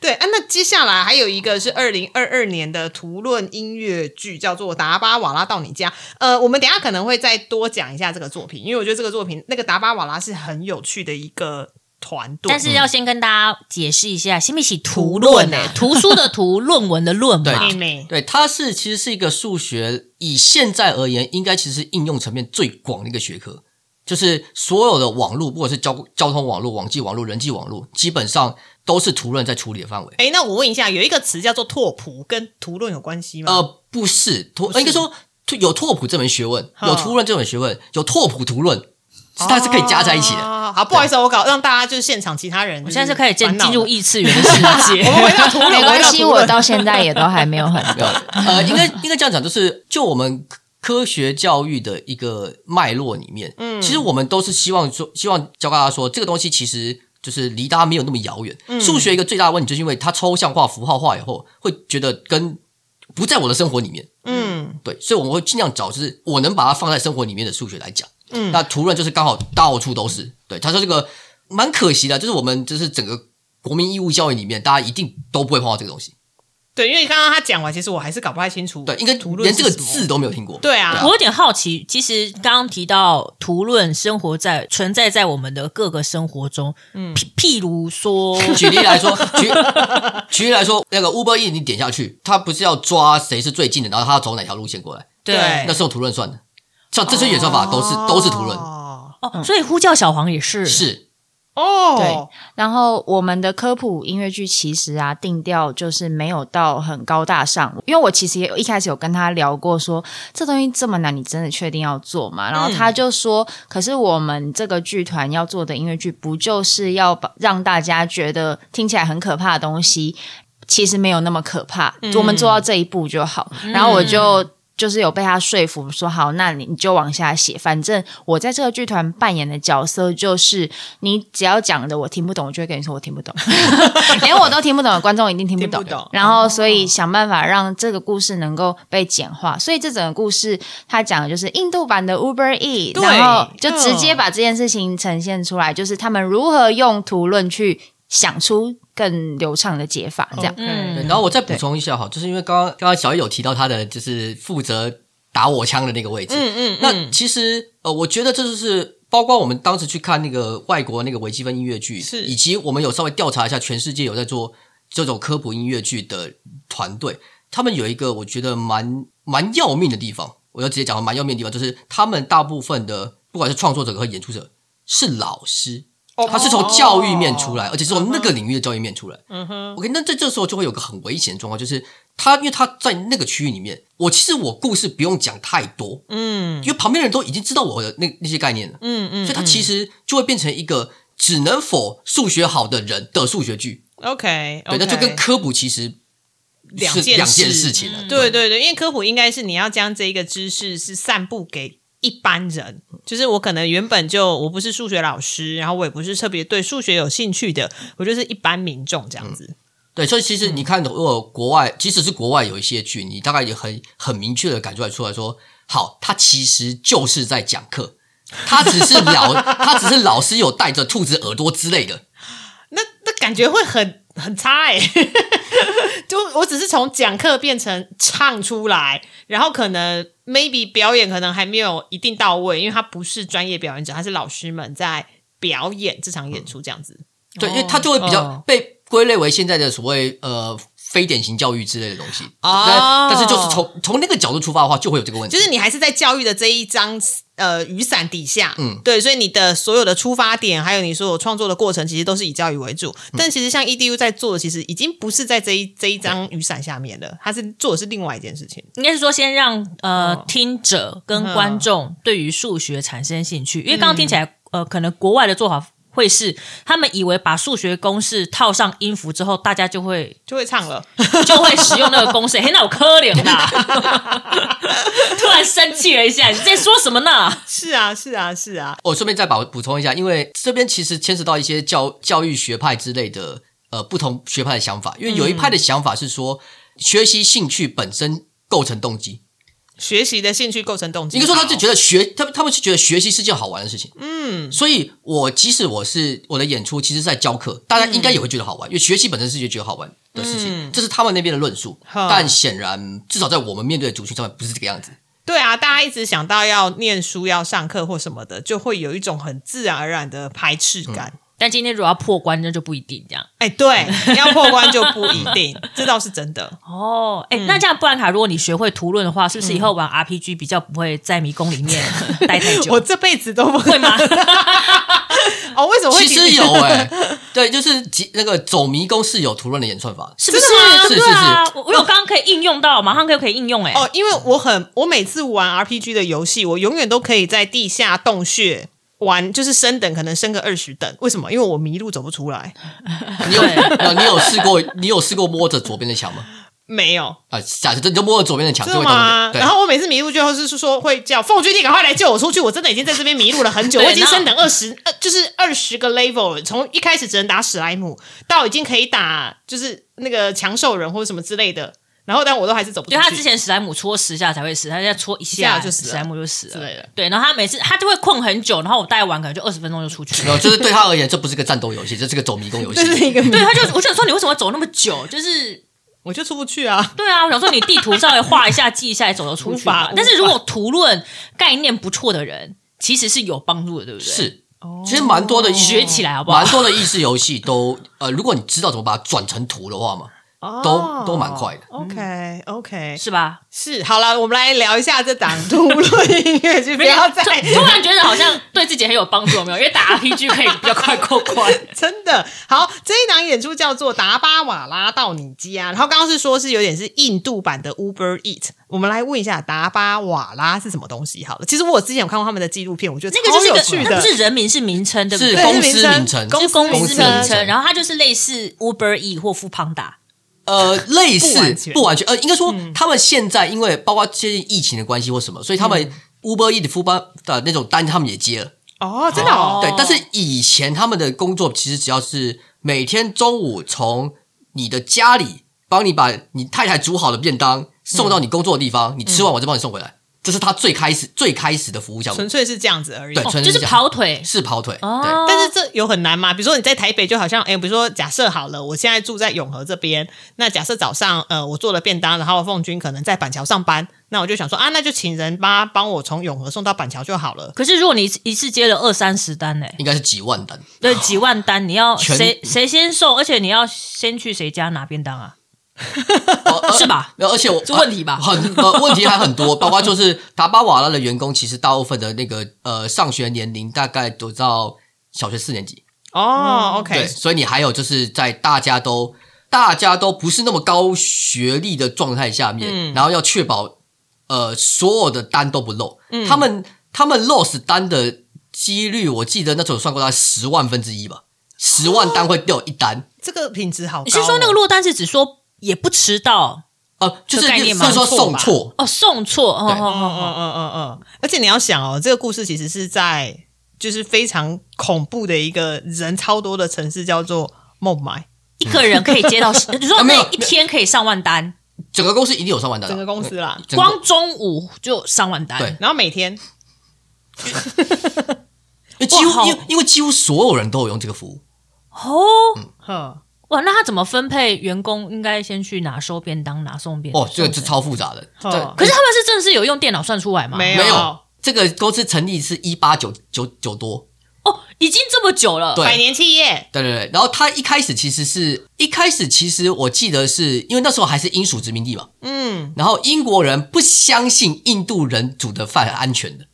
Speaker 3: 对啊，那接下来还有一个是二零二二年的图论音乐剧，叫做《达巴瓦拉到你家》。呃，我们等一下可能会再多讲一下这个作品，因为我觉得这个作品那个达巴瓦拉是很有趣的一个团队。嗯
Speaker 1: 但是要先跟大家解释一下，先一起图论呢、
Speaker 3: 图论
Speaker 1: 图
Speaker 3: 啊
Speaker 1: 书的图，论文的论嘛。
Speaker 4: 对
Speaker 3: 妹妹
Speaker 4: 对，它是其实是一个数学，以现在而言，应该其实是应用层面最广的一个学科，就是所有的网络，不管是交交通网络、网际网络、人际网络，基本上都是图论在处理的范围。
Speaker 3: 哎，那我问一下，有一个词叫做拓扑，跟图论有关系吗？
Speaker 4: 呃，不是拓，
Speaker 3: 是
Speaker 4: 呃应该说拓有拓扑这门学问，有
Speaker 3: 哼
Speaker 4: 图论这门学问，有拓扑图论，是它是可以加在一起的。
Speaker 3: 哦好，不好意思哦，我搞让大家就是现场其他人，
Speaker 1: 我现在是可以进
Speaker 3: 烦恼
Speaker 1: 进
Speaker 3: 了
Speaker 1: 入异次元的世 界。
Speaker 3: 我们回到图论，
Speaker 2: 没关系，
Speaker 3: 回
Speaker 2: 我
Speaker 3: 到
Speaker 2: 到现在也都还没有很
Speaker 4: 没有， 呃，应该应该这样讲，就是就我们科科学教育的一个脉络里面，嗯，其实我们都是希望说，希望教大家说，这个东西其实就是离大家没有那么遥远。
Speaker 3: 嗯
Speaker 4: 数学一个最大的问题，就是因为它抽象化、符号化以后，会觉得跟不在我的生活里面，
Speaker 3: 图论嗯
Speaker 4: 对，所以我们会尽量找，就是我能把它放在生活里面的数学来讲。
Speaker 3: 嗯
Speaker 4: 那图论就是刚好到处都是，对，他说这个蛮可惜的，就是我们就是整个国民义务教育里面，大家一定都不会碰到这个东西，
Speaker 3: 对，因为刚刚他讲完，其实我还是搞不太清楚，
Speaker 4: 对，应该
Speaker 3: 图论
Speaker 4: 连
Speaker 3: 是
Speaker 4: 这个
Speaker 3: 什么
Speaker 4: 字都没有听过。
Speaker 3: 对啊
Speaker 1: 我有点好奇，其实刚刚提到图论生活在存在在我们的各个生活中，嗯，譬如 说，
Speaker 4: 举例来说，举举例来说，那个 Uber E 你点下去，它不是要抓谁是最近的，然后它要走哪条路线过来，
Speaker 3: 对
Speaker 4: 那是用图论算的。像这些演算法都是、都是图论，
Speaker 3: 哦
Speaker 1: 哦，所以呼叫小黄也是，
Speaker 4: 是
Speaker 3: 哦
Speaker 2: 对，然后我们的科普音乐剧其实啊，定调就是没有到很高大上，因为我其实也有一开始有跟他聊过说，这东西这么难，你真的确定要做吗？然后他就说，可是我们这个剧团要做的音乐剧，不就是要把让大家觉得听起来很可怕的东西，其实没有那么可怕，
Speaker 3: 嗯
Speaker 2: 我们做到这一步就好。然后我就。就是有被他说服，说好，那你你就往下写。反正我在这个剧团扮演的角色就是，你只要讲的我听不懂，我就会跟你说我听不 懂，连我都听不懂的观众一定听不懂的。
Speaker 3: 听不懂哦
Speaker 2: 然后，所以想办法让这个故事能够被简化。所以这整个故事，他讲的就是印度版的 Uber E，
Speaker 3: 对
Speaker 2: 然后就直接把这件事情呈现出来，就是他们如何用图论去想出更流畅的解法，这样。
Speaker 4: 对。
Speaker 3: 嗯，
Speaker 4: 然后我再补充一下哈，就是因为刚刚刚刚小叶有提到他的就是负责打我枪的那个位置，
Speaker 3: 嗯嗯，
Speaker 4: 那其实呃，我觉得这就是包括我们当时去看那个外国那个微积分音乐剧，
Speaker 3: 是
Speaker 4: 以及我们有稍微调查一下全世界有在做这种科普音乐剧的团队。他们有一个我觉得蛮蛮要命的地方，我要直接讲蛮要命的地方，就是他们大部分的不管是创作者和演出者是老师，
Speaker 3: 哦
Speaker 4: 他是从教育面出来，而且是从那
Speaker 3: 嗯
Speaker 4: 个领域的教育面出来。
Speaker 3: 哼嗯哼，
Speaker 4: OK，那这这时候就会有个很危险的状况，就是他因为他在那个区域里面，我其实我故事不用讲太多，
Speaker 3: 嗯
Speaker 4: 因为旁边的人都已经知道我的那那些概念了，
Speaker 3: 嗯嗯，
Speaker 4: 所以他其实就会变成一个只能否数学好的人的数学剧。
Speaker 3: OK，
Speaker 4: 对，那就跟科普其实
Speaker 3: 两
Speaker 4: 是
Speaker 3: 件
Speaker 4: 两件
Speaker 3: 事嗯
Speaker 4: 事情了。
Speaker 3: 对对对，因为科普应该是你要将这一个知识是散布给一般人，就是我可能原本就我不是数学老师，然后我也不是特别对数学有兴趣的，我就是一般民众这样子。
Speaker 4: 对，所以其实
Speaker 3: 嗯
Speaker 4: 你看，如果国外，即使是国外有一些剧，你大概也很很明确的感觉出来说，好，他其实就是在讲课，他只是 老，他只是老师有带着兔子耳朵之类的。
Speaker 3: 那那感觉会很很差哎、就我只是从讲课变成唱出来，然后可能 maybe 表演可能还没有一定到位，因为他不是专业表演者，他是老师们在表演这场演出这样子。
Speaker 4: 对，因为他就会比较
Speaker 3: 哦
Speaker 4: 被归类为现在的所谓呃非典型教育之类的东西。
Speaker 3: 哦
Speaker 4: 但但是就是从从那个角度出发的话，就会有这个问题。
Speaker 3: 就是你还是在教育的这一张呃雨伞底下，嗯
Speaker 4: 嗯，
Speaker 3: 对，所以你的所有的出发点，还有你所有创作的过程，其实都是以教育为主。
Speaker 4: 嗯
Speaker 3: 但其实像 EDU 在做的，其实已经不是在这一这一张雨伞下面了，它是做的是另外一件事情。
Speaker 1: 应该是说先让呃、
Speaker 3: 哦
Speaker 1: 听者跟
Speaker 3: 嗯
Speaker 1: 观众对于数学产生兴趣，因为刚刚听起来、呃，可能国外的做法会是他们以为把数学公式套上音符之后，大家就会
Speaker 3: 就会唱了，
Speaker 1: 就会使用那个公式。嘿，那我可怜 啦！突然生气了一下，你在说什么呢？
Speaker 3: 是啊，是啊，是啊，
Speaker 4: 我哦顺便再把补充一下，因为这边其实牵扯到一些教教育学派之类的呃不同学派的想法，因为有一派的想法是说，学习兴趣本身构成动机。
Speaker 3: 学习的兴趣构成动机。
Speaker 4: 应该说，他就觉得学，他们他们是觉得学习是件好玩的事情。嗯，所以我即使我是我的演出，其实在教课，大家应该也会觉得好玩，因为学习本身是觉得好玩的事情，这是他们那边的论述。
Speaker 3: 好
Speaker 4: 但显然，至少在我们面对的族群上面，不是这个样子。
Speaker 3: 对啊，大家一直想到要念书、要上课或什么的，就会有一种很自然而然的排斥感。
Speaker 4: 嗯
Speaker 1: 但今天如果要破关，那就不一定这样。
Speaker 3: 哎、对，你要破关就不一定，这倒是 真的。
Speaker 1: 哦，哎、那这样布兰卡，如果你学会图论的话，是不是以后玩 RPG 比较不会在迷宫里 面待太久？
Speaker 3: 我这辈子都不
Speaker 1: 会吗？
Speaker 3: 哦，为什么会
Speaker 4: 其
Speaker 3: 提
Speaker 4: 实有哎、 对，就是即那个走迷宫是有图论的演算法，是不是？是是
Speaker 1: 对啊
Speaker 4: 是，，
Speaker 1: 我我有刚刚可以应用到，马上就可以应用哎、
Speaker 3: 哦，因为我很我每次玩 RPG 的游戏，我永远都可以在地下洞穴玩，就是升等，可能升个二十等。为什么？因为我迷路走不出来。
Speaker 4: 你有
Speaker 1: 对
Speaker 4: 呃你有试过你有试过摸着左边的墙吗？
Speaker 3: 没有，
Speaker 4: 啊，假设你就摸着左边的墙
Speaker 3: 真
Speaker 4: 啊就
Speaker 3: 的
Speaker 4: 会动
Speaker 3: 吗？
Speaker 4: 对
Speaker 3: 然，后我每次迷路最后是是说会叫凤君，你赶快来救我出去！我真的已经在这边迷路了很久，
Speaker 1: 对
Speaker 3: 我已经
Speaker 1: 然后
Speaker 3: 升等二十，呃，就是二十个 level，了从一开始只能打史莱姆，到已经可以打就是那个强兽人或者什么之类的，然后但我都还是走不出
Speaker 1: 就
Speaker 3: 去。
Speaker 1: 他之前史莱姆戳十下才会死，他现在戳一
Speaker 3: 一
Speaker 1: 下
Speaker 3: 下就死了
Speaker 1: 史莱姆就死了
Speaker 3: 之类的。
Speaker 1: 对，然后他每次他就会困很久，然后我大概玩可能就二十分钟就出去
Speaker 4: 没
Speaker 1: 了。
Speaker 4: 有，就是对他而言，这不是个战斗游戏，这是个走迷宫游戏
Speaker 3: 这。是一个迷，
Speaker 1: 对，他就我就想说你为什么走那么久？就是
Speaker 3: 我就出不去啊。
Speaker 1: 对啊，我想说你地图稍微画一下、记一下，也走得出去
Speaker 3: 无
Speaker 1: 嘛
Speaker 3: 法。
Speaker 1: 但是如果图论概念不错的人，其实是有帮助的，对不对？
Speaker 4: 是，其实蛮多的益
Speaker 1: 哦学起来好不好
Speaker 4: 蛮多的益智游戏都，呃，如果你知道怎么把它转成图的话嘛，
Speaker 3: 哦
Speaker 4: 都都蛮快的。
Speaker 3: OK OK，
Speaker 1: 是吧？
Speaker 3: 是，好了，我们来聊一下这档独立音乐剧，不要再
Speaker 1: 突突然觉得好像对自己很有帮助，有没有？因为打 RPG 可以比较快过关。
Speaker 3: 真的好。这一档演出叫做《达巴瓦拉到你家》，然后刚刚是说是有点是印度版的 Uber Eat，我们来问一下达巴瓦拉是什么东西好了。其实我之前有看过他们的纪录片，我觉得
Speaker 1: 那个就是一
Speaker 3: 超
Speaker 1: 个
Speaker 3: 有趣，
Speaker 1: 那
Speaker 3: 的
Speaker 1: 不。是人名是名称，对不对？
Speaker 4: 是
Speaker 3: 对
Speaker 4: 公
Speaker 3: 是
Speaker 4: 司
Speaker 3: 名称
Speaker 4: 名称，
Speaker 3: 公
Speaker 1: 是公
Speaker 3: 公
Speaker 1: 司
Speaker 3: 司
Speaker 1: 名
Speaker 3: 名
Speaker 1: 称，
Speaker 3: 称
Speaker 1: 然后它就是类似 Uber E 或 f o o Panda，
Speaker 4: 呃，类似
Speaker 3: 不完全嗯
Speaker 4: 不完全，呃，应该说他们现在因为包括最近疫情的关系或什么，所以他们
Speaker 3: 嗯
Speaker 4: Uber E 的 f o o 的那种单他们也接了。
Speaker 3: 哦，真的哦，
Speaker 4: 对，但是以前他们的工作其实只要是每天中午从你的家里帮你把你太太煮好的便当送到你工作的地方，你吃完我再帮你送回
Speaker 3: 嗯
Speaker 4: 来，这是他最开始最开始的服务项目
Speaker 3: 纯，粹是这样子而已。
Speaker 4: 对
Speaker 1: 哦，
Speaker 4: 纯
Speaker 1: 就
Speaker 4: 粹
Speaker 1: 是
Speaker 4: 是
Speaker 1: 跑腿。
Speaker 4: 是跑腿。对，
Speaker 1: 哦，
Speaker 3: 但是这有很难吗？比如说你在台北，就好像哎，比如说假设好了，我现在住在永和这边，那假设早上呃我做了便当，然后凤君可能在板桥上班，那我就想说啊，那就请人帮帮我从永和送到板桥就好了。
Speaker 1: 可是如果你一次接了二三十单呢、
Speaker 4: 应该是几万 单。
Speaker 1: 对，几万单，你要
Speaker 4: 全
Speaker 1: 谁谁先送，而且你要先去谁家拿便当啊？
Speaker 4: 哦呃
Speaker 1: 是吧？
Speaker 4: 没有而且我
Speaker 1: 这问题吧
Speaker 4: 呃很呃问题还很 多，包括就是达巴瓦拉的员工，其实大部分的那个呃上学年龄大概都到小学四年级，
Speaker 1: 嗯
Speaker 3: 哦
Speaker 4: 对，
Speaker 3: ，OK，
Speaker 4: 所以你还有就是在大家都大家都不是那么高学历的状态下面，
Speaker 3: 嗯
Speaker 4: 然后要确保呃所有的单都不漏，
Speaker 3: 嗯
Speaker 4: 他们他们 loss 单的几率，我记得那时候有算过，大概十万分之一吧，十万单会掉一单。
Speaker 3: 这个品质好高哦。
Speaker 1: 你是说那个落单是指说也不迟到
Speaker 4: 呃，就是
Speaker 1: 这概
Speaker 4: 就
Speaker 1: 念
Speaker 4: 是
Speaker 1: 吗
Speaker 4: 说
Speaker 3: 错
Speaker 4: 送
Speaker 3: 吧
Speaker 4: 错，
Speaker 1: 哦，送错哦
Speaker 4: 对
Speaker 1: 哦
Speaker 3: 嗯嗯
Speaker 1: 哦哦，
Speaker 3: 嗯嗯嗯，而且你要想哦，这个故事其实是在就是非常恐怖的一个人超多的城市，叫做孟买，
Speaker 1: 一个人可以 接到，你说
Speaker 4: 啊没
Speaker 1: 那
Speaker 4: 有
Speaker 1: 一天可以上万单，
Speaker 4: 整个公司一定有上
Speaker 1: 呃
Speaker 4: 万单啊，
Speaker 3: 整个公司啦。
Speaker 4: 整个
Speaker 1: 光中午就上万单，
Speaker 4: 对
Speaker 3: 然后每天
Speaker 4: 因为几
Speaker 1: 哇好
Speaker 4: 乎因为因为几乎所有人都有用这个服务，
Speaker 1: 哦。
Speaker 4: 嗯
Speaker 3: 呵，
Speaker 1: 哇，那他怎么分配员工？应该先去哪收便当，哪送便当？
Speaker 4: 哦，这个
Speaker 1: 送什
Speaker 4: 是
Speaker 1: 么
Speaker 4: 超复杂的。
Speaker 3: 哦
Speaker 4: 对，
Speaker 1: 可是他们是真的是有用电脑算出来吗？
Speaker 3: 没
Speaker 4: 没
Speaker 3: 有
Speaker 4: 有这个公司成立是一八九九九多，
Speaker 1: 哦，已经这么久了。
Speaker 4: 对
Speaker 3: 百年企业，
Speaker 4: 对对对。然后他一开始其实是一开始其实我记得是因为那时候还是英属殖民地嘛，
Speaker 3: 嗯，
Speaker 4: 然后英国人不相信印度人煮的饭安全的，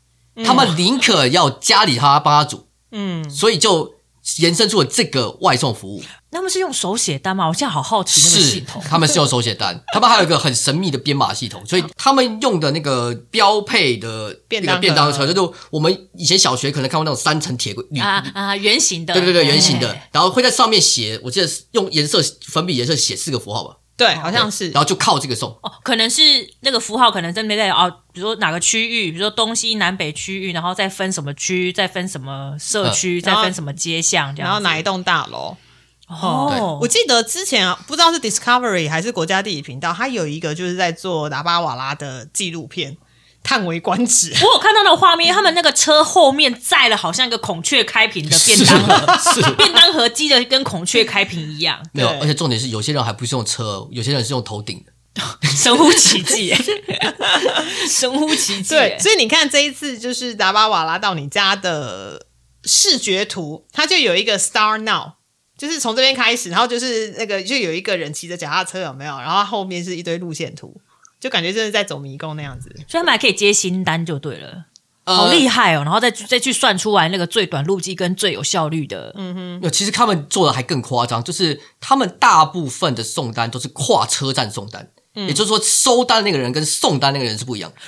Speaker 4: 他们宁可要家里他帮他煮，
Speaker 3: 嗯，
Speaker 4: 所以就延伸出了这个外送服务。
Speaker 1: 他们是用手写单吗？我现在好好奇那个系
Speaker 4: 是
Speaker 1: 统，
Speaker 4: 他们是用手写单， 他们还有一个很神秘的编码系统，所以他们用的那个标配的
Speaker 3: 便
Speaker 4: 那
Speaker 3: 当
Speaker 4: 个
Speaker 3: 盒
Speaker 4: 便当盒，就是我们以前小学可能看过那种三层铁轨，铝
Speaker 1: 啊啊，圆形的，
Speaker 4: 对对对，圆形的，然后会在上面写，我记得是用颜色粉笔颜色写四个符号吧，
Speaker 3: 对，好
Speaker 4: 好
Speaker 3: 像是
Speaker 4: 然后就靠这个送。
Speaker 1: 哦，可能是那个符号，可能真的在哦，比如说哪个区域，比如说东西南北区域，然后再分什么区，再分什么社区，再
Speaker 3: 嗯然后
Speaker 1: 分什么街巷，这样子。
Speaker 3: 然后哪一栋大楼？
Speaker 1: 哦，
Speaker 3: 我记得之前啊，不知道是 Discovery 还是国家地理频道，它有一个就是在做达巴瓦拉的纪录片，叹为观止。
Speaker 1: 我有看到那个画面，他们那个车后面载了好像一个孔雀开屏的便当盒，
Speaker 4: 是是
Speaker 1: 便当盒积的跟孔雀开屏一样，
Speaker 4: 没有，
Speaker 3: 对
Speaker 4: 而且重点是有些人还不是用车，哦有些人是用头顶的。
Speaker 1: 神乎其技 耶，神乎其技耶
Speaker 3: 对，。所以你看这一次就是达巴瓦拉到你家的视觉图，它就有一个 Star Now，就是从这边开始，然后就是那个就有一个人骑着脚踏车有没有？然后后面是一堆路线图，就感觉真的在走迷宫那样子。
Speaker 1: 所以他们还可以接新单就对了，
Speaker 4: 呃
Speaker 1: 好厉害哦！然后再再去算出来那个最短路径跟最有效率的，
Speaker 4: 没有，呃其实他们做的还更夸张，就是他们大部分的送单都是跨车站送单，也就是说收单那个人跟送单那个人是不一样的。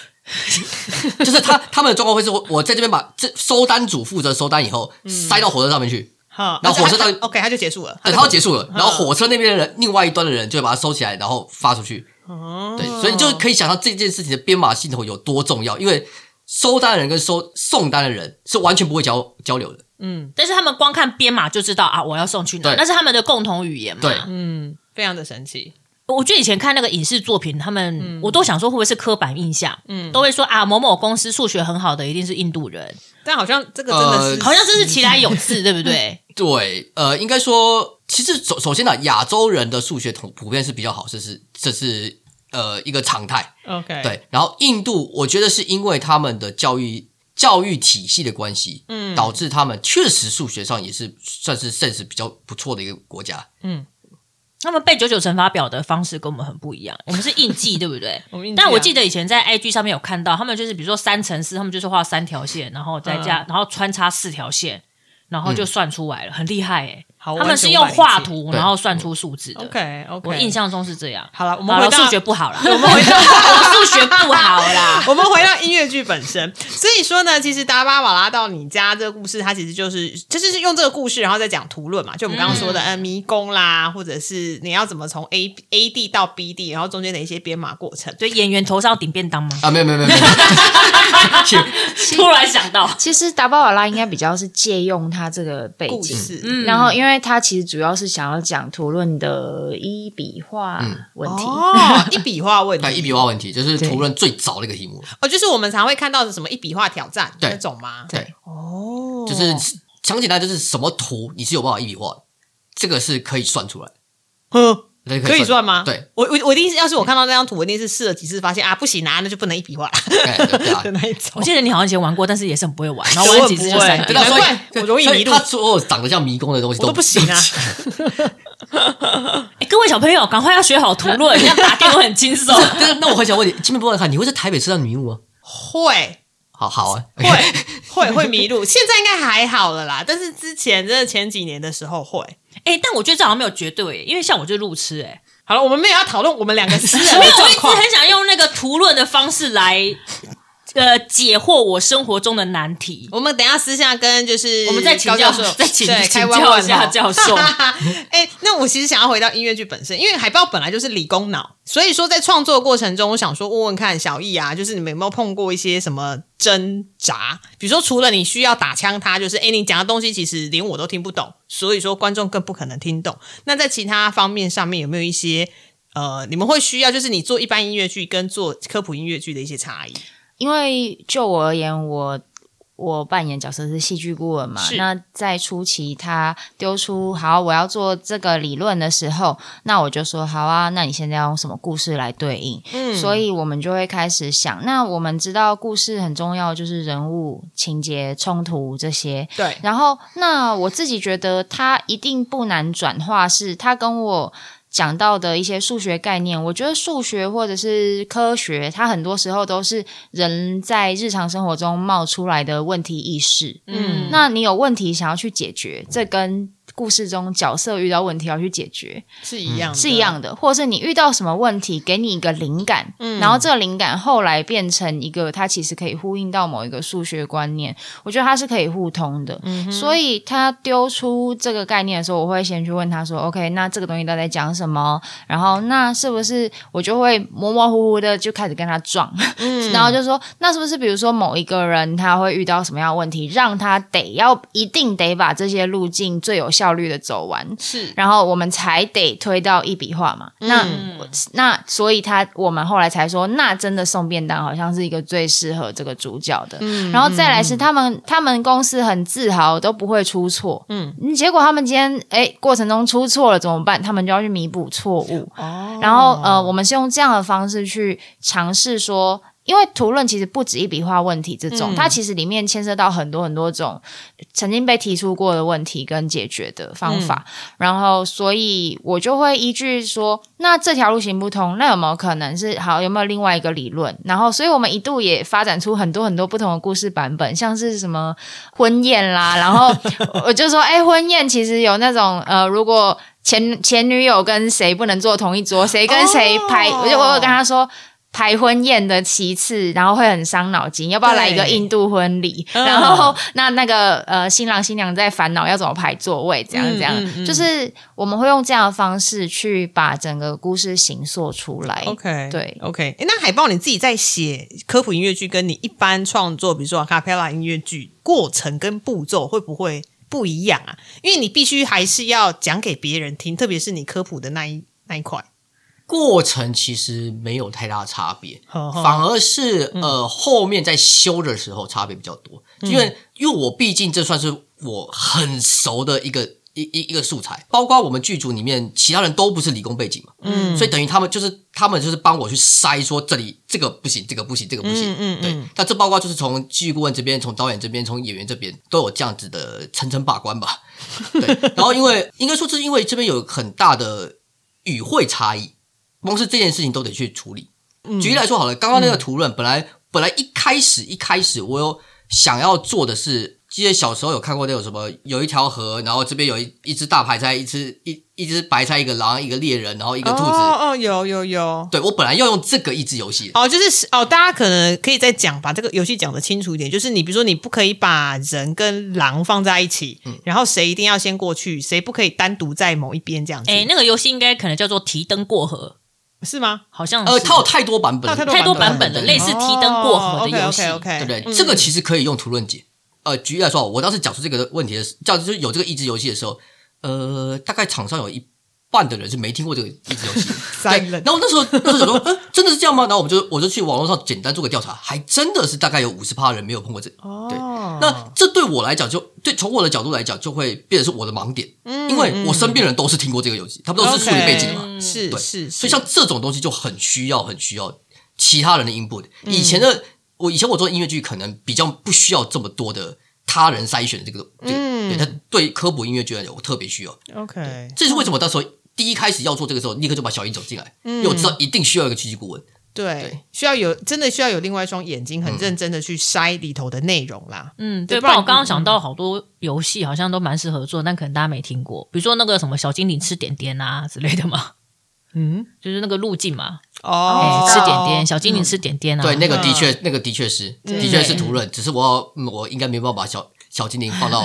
Speaker 4: 就是他他们的状况会是我我在这边把这收单组负责收单以后、塞到火车上面去，
Speaker 3: 哈，
Speaker 4: 然后火车
Speaker 3: 它
Speaker 4: 到
Speaker 3: 它 OK，它就结束了。
Speaker 4: 对，他要结束了，然后火车那边的人另外一端的人就会把它收起来，然后发出去。对，所以你就可以想到这件事情的编码系统有多重要，因为收单的人跟收送单的人是完全不会交交流的。
Speaker 1: 但是他们光看编码就知道啊，我要送去哪，
Speaker 4: 对
Speaker 1: 那是他们的共同语言嘛。
Speaker 4: 对，
Speaker 3: 嗯，非常的神奇。
Speaker 1: 我觉得以前看那个影视作品，他们、我都想说会不会是刻板印象，
Speaker 3: 嗯
Speaker 1: 都会说啊某某公司数学很好的一定是印度 人，
Speaker 3: 但好像这个真的是、
Speaker 4: 呃
Speaker 1: 好像这是其来有自，对不对？
Speaker 4: 对，呃，应该说，其实首首先呢，亚洲人的数学统普遍是比较好，这是这是呃一个常态。
Speaker 3: OK，，
Speaker 4: 对，然后印度，我觉得是因为他们的教育教育体系的关系，嗯，导致他们确实数学上也是算是 sense 比较不错的一个国家。
Speaker 3: 嗯
Speaker 1: 他们背九九乘法表的方式跟我们很不一样，我们是印记，对不对？
Speaker 3: 我们印记啊
Speaker 1: 但我记得以前在 IG 上面有看到，他们就是比如说三乘四，他们就是画三条线，然后再加，
Speaker 3: 嗯
Speaker 1: 然后穿插四条线，然后就算出来了，很厉害哎、
Speaker 3: 好
Speaker 1: 他们是用画图，然后算出数字的。
Speaker 3: 嗯 OK OK，
Speaker 1: 我印象中是这样。
Speaker 3: 好了我们
Speaker 1: 好
Speaker 3: 回
Speaker 1: 了
Speaker 3: 到
Speaker 1: 数学不好了，我们回到数学不好啦。
Speaker 3: 我们回到音乐剧本身，所以说呢，其实达巴瓦拉到你家这个故事，它其实就是就是用这个故事，然后再讲图论嘛，就我们刚刚说的，嗯、迷宫啦，或者是你要怎么从 A A 地到 B 地，然后中间的一些编码过程。
Speaker 1: 就演员头上顶便当吗？
Speaker 4: 啊，没有没有没有没有，请
Speaker 1: 突然想到，
Speaker 2: 其实达巴瓦拉应该比较是借用他这个背
Speaker 3: 故
Speaker 2: 景，
Speaker 3: 事，
Speaker 1: 嗯
Speaker 2: 然后因为他其实主要是想要讲图论的一笔画问题。
Speaker 3: 哦，一笔画 问
Speaker 4: 啊对一
Speaker 3: 题
Speaker 4: 笔画问题，就是
Speaker 2: 对
Speaker 4: 图论最早的一个题目，
Speaker 3: 哦，就是我们常会看到的什么一笔画挑战
Speaker 4: 对
Speaker 3: 那种吗？
Speaker 4: 对，
Speaker 3: 哦，
Speaker 4: 就是讲简单就是什么图你是有办法一笔画的，这个是可以算出来的。
Speaker 3: 哼，
Speaker 4: 这个
Speaker 3: 哦可以
Speaker 4: 出来
Speaker 3: 算吗？
Speaker 4: 对，
Speaker 3: 我我我一定是，要是我看到那张图，我一定是试了几次，发现啊不行啊，那就不能一笔画
Speaker 4: 哎对对 啊
Speaker 3: 的那一种
Speaker 1: 我。记得你好像以前玩过，但是也是很不会玩，然后玩了几次就
Speaker 3: 我很
Speaker 1: 删
Speaker 3: 不会
Speaker 1: 掉
Speaker 4: 对。啊，
Speaker 3: 难
Speaker 4: 所以
Speaker 3: 怪我容易迷路
Speaker 4: 所以他所有长得像迷宫的东西
Speaker 3: 我都不行啊！
Speaker 1: 哎各位小朋友，赶快要学好图论，要打电会很轻松。
Speaker 4: 但是那我很想问你，金门不乱看，你会在台北吃到迷雾吗？
Speaker 3: 会
Speaker 4: 好好啊，
Speaker 3: 会 会会迷路，现在应该还好了啦。但是之前真的前几年的时候会。
Speaker 1: 哎、但我觉得这好像没有绝对耶，因为像我就路痴哎、
Speaker 3: 好了，我们没有要讨论我们两个私 人
Speaker 1: 因
Speaker 3: 的
Speaker 1: 为我
Speaker 3: 状
Speaker 1: 一直
Speaker 3: 况。
Speaker 1: 很想用那个图论的方式来，呃，解惑我生活中的难题。
Speaker 3: 我们等一下私下跟就是
Speaker 1: 我们再请
Speaker 3: 高
Speaker 1: 教
Speaker 3: 教授，
Speaker 1: 再请
Speaker 3: 对
Speaker 1: 请
Speaker 3: 开弯
Speaker 1: 教
Speaker 3: 弯
Speaker 1: 一下
Speaker 3: 哦
Speaker 1: 教授
Speaker 3: 哎、那我其实想要回到音乐剧本身，因为海报本来就是理工脑，所以说在创作过程中，我想说问问看小易啊，就是你们有没有碰过一些什么挣扎？比如说，除了你需要打枪他，就是哎、你讲的东西其实连我都听不懂，所以说观众更不可能听懂。那在其他方面上面有没有一些？呃，你们会需要就是你做一般音乐剧跟做科普音乐剧的一些差异，
Speaker 2: 因为就我而言，我我扮演角色是戏剧顾问嘛
Speaker 3: 是，
Speaker 2: 那在初期他丢出好我要做这个理论的时候，那我就说好啊，那你现在要用什么故事来对应？
Speaker 3: 嗯
Speaker 2: 所以我们就会开始想。那我们知道故事很重要，就是人物、情节、冲突这些。
Speaker 3: 对
Speaker 2: 然后，那我自己觉得它一定不难转化，是它跟我。讲到的一些数学概念，我觉得数学或者是科学，它很多时候都是人在日常生活中冒出来的问题意识。
Speaker 3: 嗯
Speaker 2: 那你有问题想要去解决，这跟故事中角色遇到问题要去解决，
Speaker 3: 是一样的
Speaker 2: 是一样的，或者是你遇到什么问题，给你一个灵感，
Speaker 3: 嗯
Speaker 2: 然后这个灵感后来变成一个，它其实可以呼应到某一个数学观念，我觉得它是可以互通的。
Speaker 3: 嗯
Speaker 2: 所以他丢出这个概念的时候，我会先去问他说：“OK，那这个东西到底在讲什么？”然后那是不是我就会模模糊糊的就开始跟他撞，
Speaker 3: 嗯
Speaker 2: 然后就说：“那是不是比如说某一个人他会遇到什么样的问题，让他得要一定得把这些路径最有效率的走完？”
Speaker 3: 是
Speaker 2: 然后我们才得推到一笔画嘛。那、那所以他我们后来才说，那真的送便当好像是一个最适合这个主角的。然后再来是他们他们公司很自豪都不会出错，嗯，结果他们今天哎过程中出错了怎么办？他们就要去弥补错误。
Speaker 3: 哦
Speaker 2: 然后呃，我们是用这样的方式去尝试说。因为图论其实不止一笔画问题这种，它其实里面牵涉到很多很多种曾经被提出过的问题跟解决的方法，然后所以我就会依据说，那这条路行不通，那有没有可能是好？有没有另外一个理论？然后，所以我们一度也发展出很多很多不同的故事版本，像是什么婚宴啦，然后我就说，哎、婚宴其实有那种呃，如果前前女友跟谁不能坐同一桌，谁跟谁排，
Speaker 3: 哦
Speaker 2: 我就我有跟他说。排婚宴的其次，然后会很伤脑筋，要不要来一个
Speaker 3: 对
Speaker 2: 印度婚礼？
Speaker 3: 嗯
Speaker 2: 然后那那个呃，新郎新娘在烦恼要怎么排座位，这样
Speaker 3: 嗯
Speaker 2: 这样，
Speaker 3: 嗯嗯
Speaker 2: 就是我们会用这样的方式去把整个故事形塑出来。
Speaker 3: OK，
Speaker 2: 对
Speaker 3: ，OK。诶那海报你自己在写科普音乐剧，跟你一般创作，比如说阿卡贝拉音乐剧，过程跟步骤会不会不一样啊？因为你必须还是要讲给别人听，特别是你科普的那一那一块。
Speaker 4: 过程其实没有太大的差别，
Speaker 3: 呵呵嗯
Speaker 4: 反而是呃后面在修的时候差别比较多，因
Speaker 3: 嗯
Speaker 4: 为因为我毕竟这算是我很熟的一个一一一个素材，包括我们剧组里面其他人都不是理工背景嘛，嗯，所以等于他们就是他们就是帮我去筛说这里这个不行，这个不行，这个不行，
Speaker 3: 嗯嗯嗯
Speaker 4: 对，那这包括就是从剧顾问这边、从导演这边、从演员这边都有这样子的层层把关 吧，对，然后因为应该说是因为这边有很大的语汇差异，光是这件事情都得去处理。
Speaker 1: 嗯
Speaker 4: 举例来说好了，刚刚那个图论，本来本来一开始一开始我有想要做的是，记得小时候有看过那种什么，有一条河，然后这边有一一只大白菜，一只一一只白菜，一个狼，一个猎人，然后一个兔子。
Speaker 3: 哦哦，有有有。
Speaker 4: 对我本来要用这个益智游戏的，
Speaker 3: 哦，就是哦，大家可能可以再讲，把这个游戏讲的清楚一点。就是你比如说，你不可以把人跟狼放在一起，然后谁一定要先过去，谁不可以单独在某一边这样子，
Speaker 1: 哎、那个游戏应该可能叫做提灯过河，
Speaker 3: 是吗？
Speaker 1: 好像嗯
Speaker 4: 呃，
Speaker 1: 是
Speaker 4: 它有太多版本了，
Speaker 3: 它有
Speaker 1: 太多版本了，
Speaker 4: 对
Speaker 1: 类似提灯过河的游戏。
Speaker 3: o k
Speaker 4: 对
Speaker 3: o
Speaker 4: 不
Speaker 3: k
Speaker 4: 对？这个其实可以用图论解。呃，举例来说，我当时讲出这个问题的时，叫就是有这个益智游戏的时候，呃，大概场上有一半的人是没听过这个益智游戏的。对，
Speaker 3: Silent
Speaker 4: 然后那时候那时候想说、呃，真的是这样吗？然后我们就我就去网络上简单做个调查，还真的是大概有五十趴人没有碰过这。对，
Speaker 3: 哦
Speaker 4: 那这对我来讲就，对从我的角度来讲，就会变成是我的盲点，因为我身边人都是听过这个游戏，他们都是数理背景的嘛。
Speaker 3: 是
Speaker 4: 对
Speaker 3: 是，
Speaker 4: 所以像这种东西就很需要、很需要其他人的 input。以
Speaker 2: 嗯
Speaker 4: 前的、我以前我做音乐剧可能比较不需要这么多的他人筛选的这个这个、
Speaker 2: 嗯
Speaker 4: 对他对科普音乐居然有特别需要，
Speaker 3: 嗯 OK，
Speaker 4: 这是为什么？到时候第一开始要做这个时候，立刻就把小英走进来，
Speaker 2: 嗯
Speaker 4: 因为我知道一定需要一个奇迹顾问。
Speaker 3: 对，需要有真的需要有另外一双眼睛，很认真的去筛里头的内容啦。
Speaker 1: 嗯，
Speaker 3: 对
Speaker 1: 对，
Speaker 3: 不
Speaker 1: 不
Speaker 3: 然
Speaker 1: 然我刚刚想到好多游戏好像都蛮适合做，但可能大家没听过，比如说那个什么小精灵吃点点啊之类的嘛，
Speaker 3: 嗯，
Speaker 1: 就是那个路径嘛，
Speaker 3: 哦
Speaker 1: 哎吃点点，小精灵吃点点啊，
Speaker 4: 对，那个的
Speaker 3: 嗯
Speaker 4: 确，那个的确是，
Speaker 2: 嗯
Speaker 4: 的确是图润，只是我嗯我应该没办法把小小精灵放到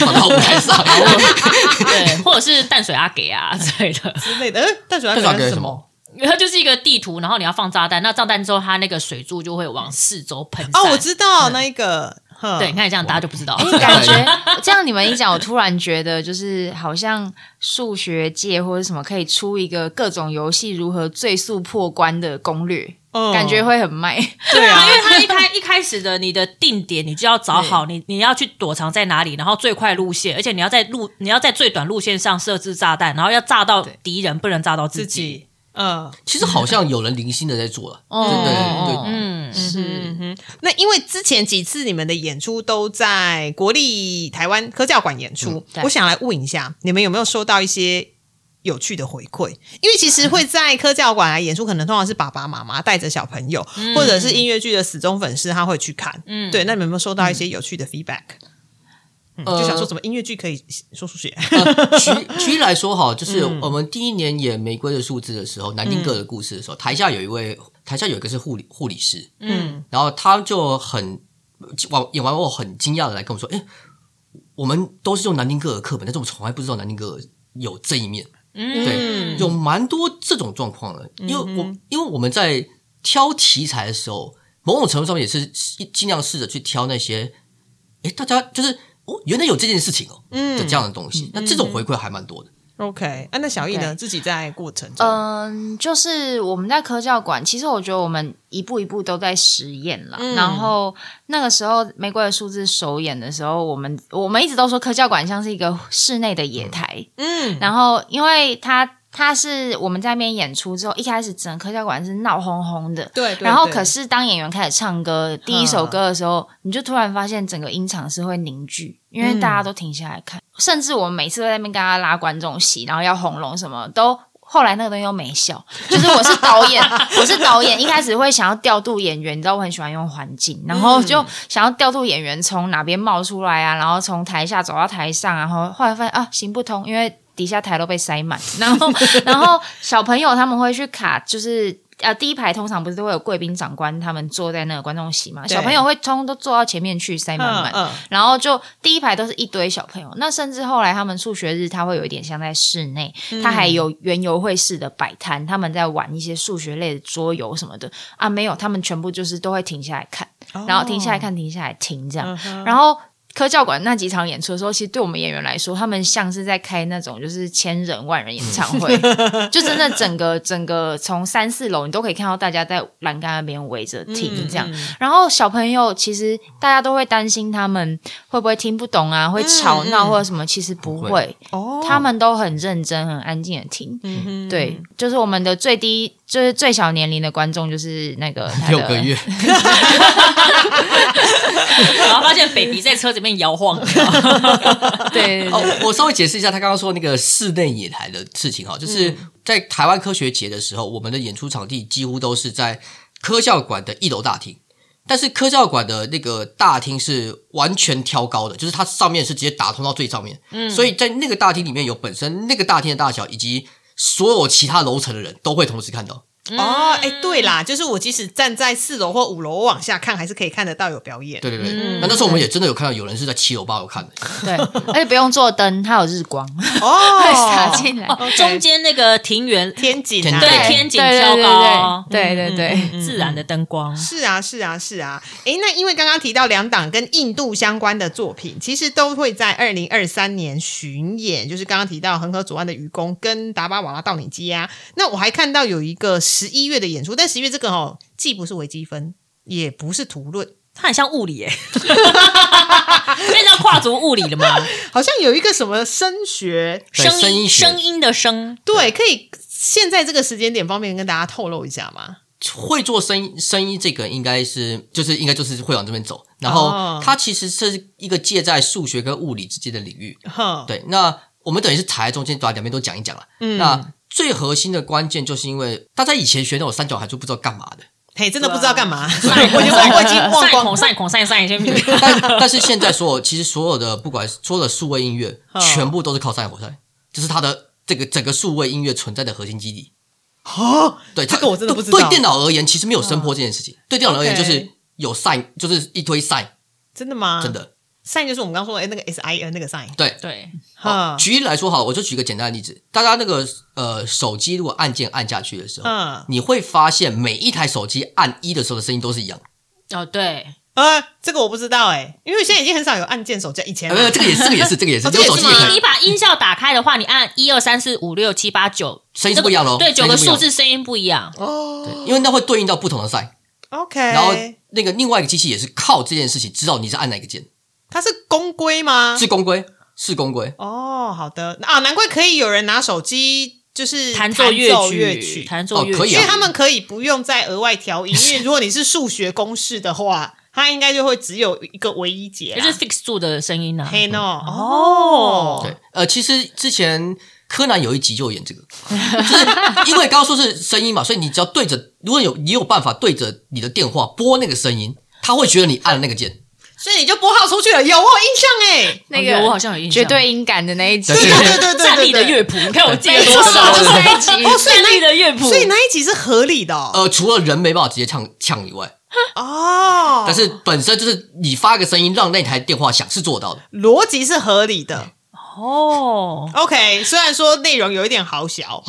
Speaker 4: 放到舞台上。
Speaker 1: 对，或者是淡水阿给啊之类的，
Speaker 3: 之类的。呃淡水阿
Speaker 4: 淡水阿
Speaker 3: 给
Speaker 4: 给
Speaker 3: 是
Speaker 4: 是
Speaker 3: 什
Speaker 4: 什
Speaker 3: 么
Speaker 4: 么？
Speaker 1: 它就是一个地图，然后你要放炸弹，那炸弹之后它那个水柱就会往四周喷散。
Speaker 3: 哦，我知道那一个，哼
Speaker 1: 对，你，看这样大家就不知道。
Speaker 4: 哦
Speaker 2: 感觉这样，你们一讲，我突然觉得就是好像数学界或者什么可以出一个各种游戏如何最速破关的攻略，
Speaker 3: 嗯
Speaker 2: 感觉会很卖。
Speaker 1: 对啊，因为它一开一开始的你的定点，你就要找好你你要去躲藏在哪里，然后最快路线，而且你要在路你要在最短路线上设置炸弹，然后要炸到敌人，不能炸到自
Speaker 3: 自
Speaker 1: 己。
Speaker 3: 己，嗯
Speaker 4: 其实好像有人零星的在做了，
Speaker 2: 哦
Speaker 4: 对对
Speaker 2: 哦
Speaker 4: 对，
Speaker 1: 嗯，
Speaker 3: 嗯哼，那因为之前几次你们的演出都在国立台湾科教馆演出，
Speaker 2: 嗯对
Speaker 3: 我想来问一下，你们有没有收到一些？有趣的回馈，因为其实会在科教馆来演出，可能通常是爸爸妈妈带着小朋友，
Speaker 2: 嗯
Speaker 3: 或者是音乐剧的死忠粉丝，他会去看。嗯，对，那你们有没有收到一些有趣的 feedback？、
Speaker 4: 呃
Speaker 2: 哦嗯
Speaker 3: 就想说什么音乐剧可以说数学？
Speaker 4: 举举例来说哈，就是我们第一年演《玫瑰的数字》的时候，南丁格的故事的时候，台下有一位，台下有一个是护理护理师，嗯，然后他就很完演完后很惊讶的来跟我说，哎，我们都是用南丁格尔课本，但是我们从来不知道南丁格尔有这一面，嗯，对，有蛮多这种状况的，因为我、因为我们在挑题材的时候，某种程度上面也是尽量试着去挑那些，哎，大家就是哦，原来有这件事情哦，嗯，的这样的东西，那这种回馈还蛮多的，
Speaker 3: OK，啊，那小易呢自己在过程中，
Speaker 2: 嗯，就是我们在科教馆，其实我觉得我们一步一步都在实验啦。
Speaker 3: 嗯
Speaker 2: 然后那个时候《玫瑰的数字》首演的时候，我们我们一直都说科教馆像是一个室内的野台，
Speaker 3: 嗯，
Speaker 2: 然后因为它它是我们在那边演出之后，一开始整个科教馆是闹哄哄的。
Speaker 3: 对对
Speaker 2: 然后，
Speaker 3: 对嗯
Speaker 2: 可是当演员开始唱歌第一首歌的时候，你就突然发现整个音场是会凝聚，因为大家都停下来看，甚至我们每次都在那边跟他拉观众席，然后要红龙什么都。后来那个东西都没笑，就是我是导演，我是导演，一开始会想要调度演员，你知道我很喜欢用环境，然后就想要调度演员从哪边冒出来啊，然后从台下走到台上啊，然后后来发现啊行不通，因为底下台都被塞满， 然后然后小朋友他们会去卡，就是。呃，第一排通常不是都会有贵宾长官他们坐在那个观众席嘛，小朋友会通通都坐到前面去塞满满，
Speaker 3: 嗯
Speaker 2: 然后就第一排都是一堆小朋友，那甚至后来他们数学日，他会有一点像在室内，
Speaker 3: 嗯
Speaker 2: 他还有园游会式的摆摊，他们在玩一些数学类的桌游什么的啊，没有，他们全部就是都会停下来看，
Speaker 3: 哦
Speaker 2: 然后停下来看，停下来听
Speaker 3: 嗯
Speaker 2: 这样，然后。科教馆那几场演出的时候，其实对我们演员来说，他们像是在开那种就是千人万人演唱 会，就真的整个整个从三四楼，你都可以看到大家在栏杆那边围着听
Speaker 3: 嗯
Speaker 2: 这样。然后小朋友其实大家都会担心他们会不会听不懂啊，会吵闹或者什么，其实不
Speaker 4: 不
Speaker 2: 会，
Speaker 3: 哦
Speaker 2: 他们都很认真、很安静的听。
Speaker 3: 嗯哼
Speaker 2: 对，就是我们的最低，就是最小年龄的观众，就是那个他的
Speaker 4: 六个月，
Speaker 1: 然后发现 baby 在车子里面摇晃，
Speaker 2: 对，对对
Speaker 4: 哦，我稍微解释一下他刚刚说那个室内野台的事情哈，就是在台湾科学节的时候，我们的演出场地几乎都是在科教馆的一楼大厅。但是科教馆的那个大厅是完全挑高的，就是它上面是直接打通到最上面，嗯，所以在那个大厅里面有本身那个大厅的大小，以及所有其他楼层的人都会同时看到。
Speaker 3: 哦，哎，对
Speaker 2: 嗯
Speaker 3: 啦，就是我即使站在四楼或五楼我往下看，还是可以看得到有表演。
Speaker 4: 对对对，那那时候我们也真的有看到有人是在七楼八楼看的，
Speaker 2: 对，而且不用做灯，它有日光 会洒
Speaker 3: 哦，
Speaker 2: 进来。
Speaker 1: 哦中间那个庭园，
Speaker 3: 天井啊，
Speaker 1: 对
Speaker 2: 对
Speaker 1: 天井
Speaker 2: 对对
Speaker 1: 挑高嗯
Speaker 2: 对对对对
Speaker 1: 自然的灯光，
Speaker 3: 是啊，是啊，是啊。诶，那因为刚刚提到两档跟印度相关的作品，其实都会在二零二三年巡演，就是刚刚提到恒河左岸的愚公跟达巴瓦拉到你家。那我还看到有一个十一月的演出，但十一月这个哦，既不是微积分，也不是图论，
Speaker 1: 它很像物理耶，变成跨足物理了吗？
Speaker 3: 好像有一个什么声学，
Speaker 4: 对
Speaker 1: 声
Speaker 4: 声
Speaker 1: 音
Speaker 4: 音学
Speaker 1: 声音的声，
Speaker 3: 对，可以现在这个时间点方便跟大家透露一下吗？
Speaker 4: 会做生意，生意这个应该是就是应该就是会往这边走。然后
Speaker 3: 哦
Speaker 4: 它其实是一个介在数学跟物理之间的领域。
Speaker 3: 哼，
Speaker 4: 对，那我们等于是踩在中间，把两边都讲一讲了。嗯，那最核心的关键就是因为大家以前学那种三角函数不知道干嘛 的，
Speaker 3: 嘿，真的不知道干嘛，所以啊 我
Speaker 1: 我
Speaker 3: 已经忘我已经 忘光
Speaker 1: 孔赛孔赛赛先
Speaker 4: 但但是现在所有其实所有的不管所有的数位音乐，全部都是靠三角活塞，这是它的这个整个数位音乐存在的核心基底。
Speaker 3: 哦，
Speaker 4: 对，
Speaker 3: 这
Speaker 4: 它
Speaker 3: 个我真的不知道嗯
Speaker 4: 对对电脑而言，其实没有声波这件事情。对电脑而言，就
Speaker 3: OK 嗯
Speaker 4: 是有 sin，就是一堆 sin，
Speaker 3: 真的吗？
Speaker 4: 真的。哦
Speaker 3: sign 就是我们刚说的哎那个 S I N 那个 sign，
Speaker 4: 对，
Speaker 1: 对，
Speaker 4: 好
Speaker 3: 哈，
Speaker 4: 举例来说好了，我就举个简单的例子，大家那个呃手机如果按键按下去的时候，
Speaker 3: 嗯
Speaker 4: 你会发现每一台手机按一的时候的声音都是一样的。
Speaker 1: 哦对，
Speaker 3: 呃，这个我不知道哎，因为现在已经很少有按键手机，以前
Speaker 4: 啊，没有，这个也是，这个也是，这个也是，
Speaker 3: 哎哦
Speaker 4: 这个手机
Speaker 3: 这个
Speaker 4: 也
Speaker 3: 也是
Speaker 4: 可
Speaker 3: 吗
Speaker 1: 你
Speaker 4: 以
Speaker 1: 你把音效打开的话，你按一二三四五六七八九，
Speaker 4: 声音是不一样的哦
Speaker 1: 对，九个
Speaker 4: 声音是不一样
Speaker 1: 数字
Speaker 4: 的
Speaker 1: 声音不一样。
Speaker 3: 哦
Speaker 4: 对，因为那会对应到不同的赛，
Speaker 3: ，OK，
Speaker 4: 然后那个另外一个机器也是靠这件事情知道你是按哪个键，
Speaker 3: 它是公规吗？
Speaker 4: 是公规，是公规。
Speaker 3: 哦，好的啊，难怪可以有人拿手机就是
Speaker 1: 弹奏
Speaker 3: 奏
Speaker 1: 乐
Speaker 3: 曲，
Speaker 1: 弹奏乐曲，
Speaker 4: 哦可以
Speaker 3: 因
Speaker 4: 啊
Speaker 3: 为他们可以不用再额外调音，因为如果你是数学公式的话，它应该就会只有一个唯一解
Speaker 1: 就
Speaker 3: 啦，
Speaker 1: 是 fix 住的声音啊呢。
Speaker 3: 嘿 no 哦，
Speaker 4: 对，呃，其实之前柯南有一集就有演这个，就是因为刚刚说是声音嘛，所以你只要对着，如果有你有办法对着你的电话拨那个声音，他会觉得你按了那个键。
Speaker 3: 所以你就拨号出去了，有我有印象哎，
Speaker 2: 那
Speaker 1: 哦
Speaker 2: 个
Speaker 1: 有我好像有印象
Speaker 2: 绝对音感的那一集，
Speaker 4: 对
Speaker 3: 对对对对
Speaker 1: 战
Speaker 3: 对
Speaker 1: 力的
Speaker 3: 对
Speaker 1: 乐谱，你看我记得
Speaker 2: 没
Speaker 1: 多
Speaker 2: 错，
Speaker 1: 少
Speaker 2: 就是
Speaker 1: 了。
Speaker 2: 那一集。
Speaker 3: 所以
Speaker 1: 战力的乐谱，
Speaker 3: 所以那一集是合理的哦，
Speaker 4: 呃，除了人没办法直接呛呛以外，
Speaker 3: 哦
Speaker 4: 但是本身就是你发个声音让那台电话响是做到的。
Speaker 3: 逻辑是合理的。
Speaker 1: 哦，
Speaker 3: OK，虽然说内容有一点好小，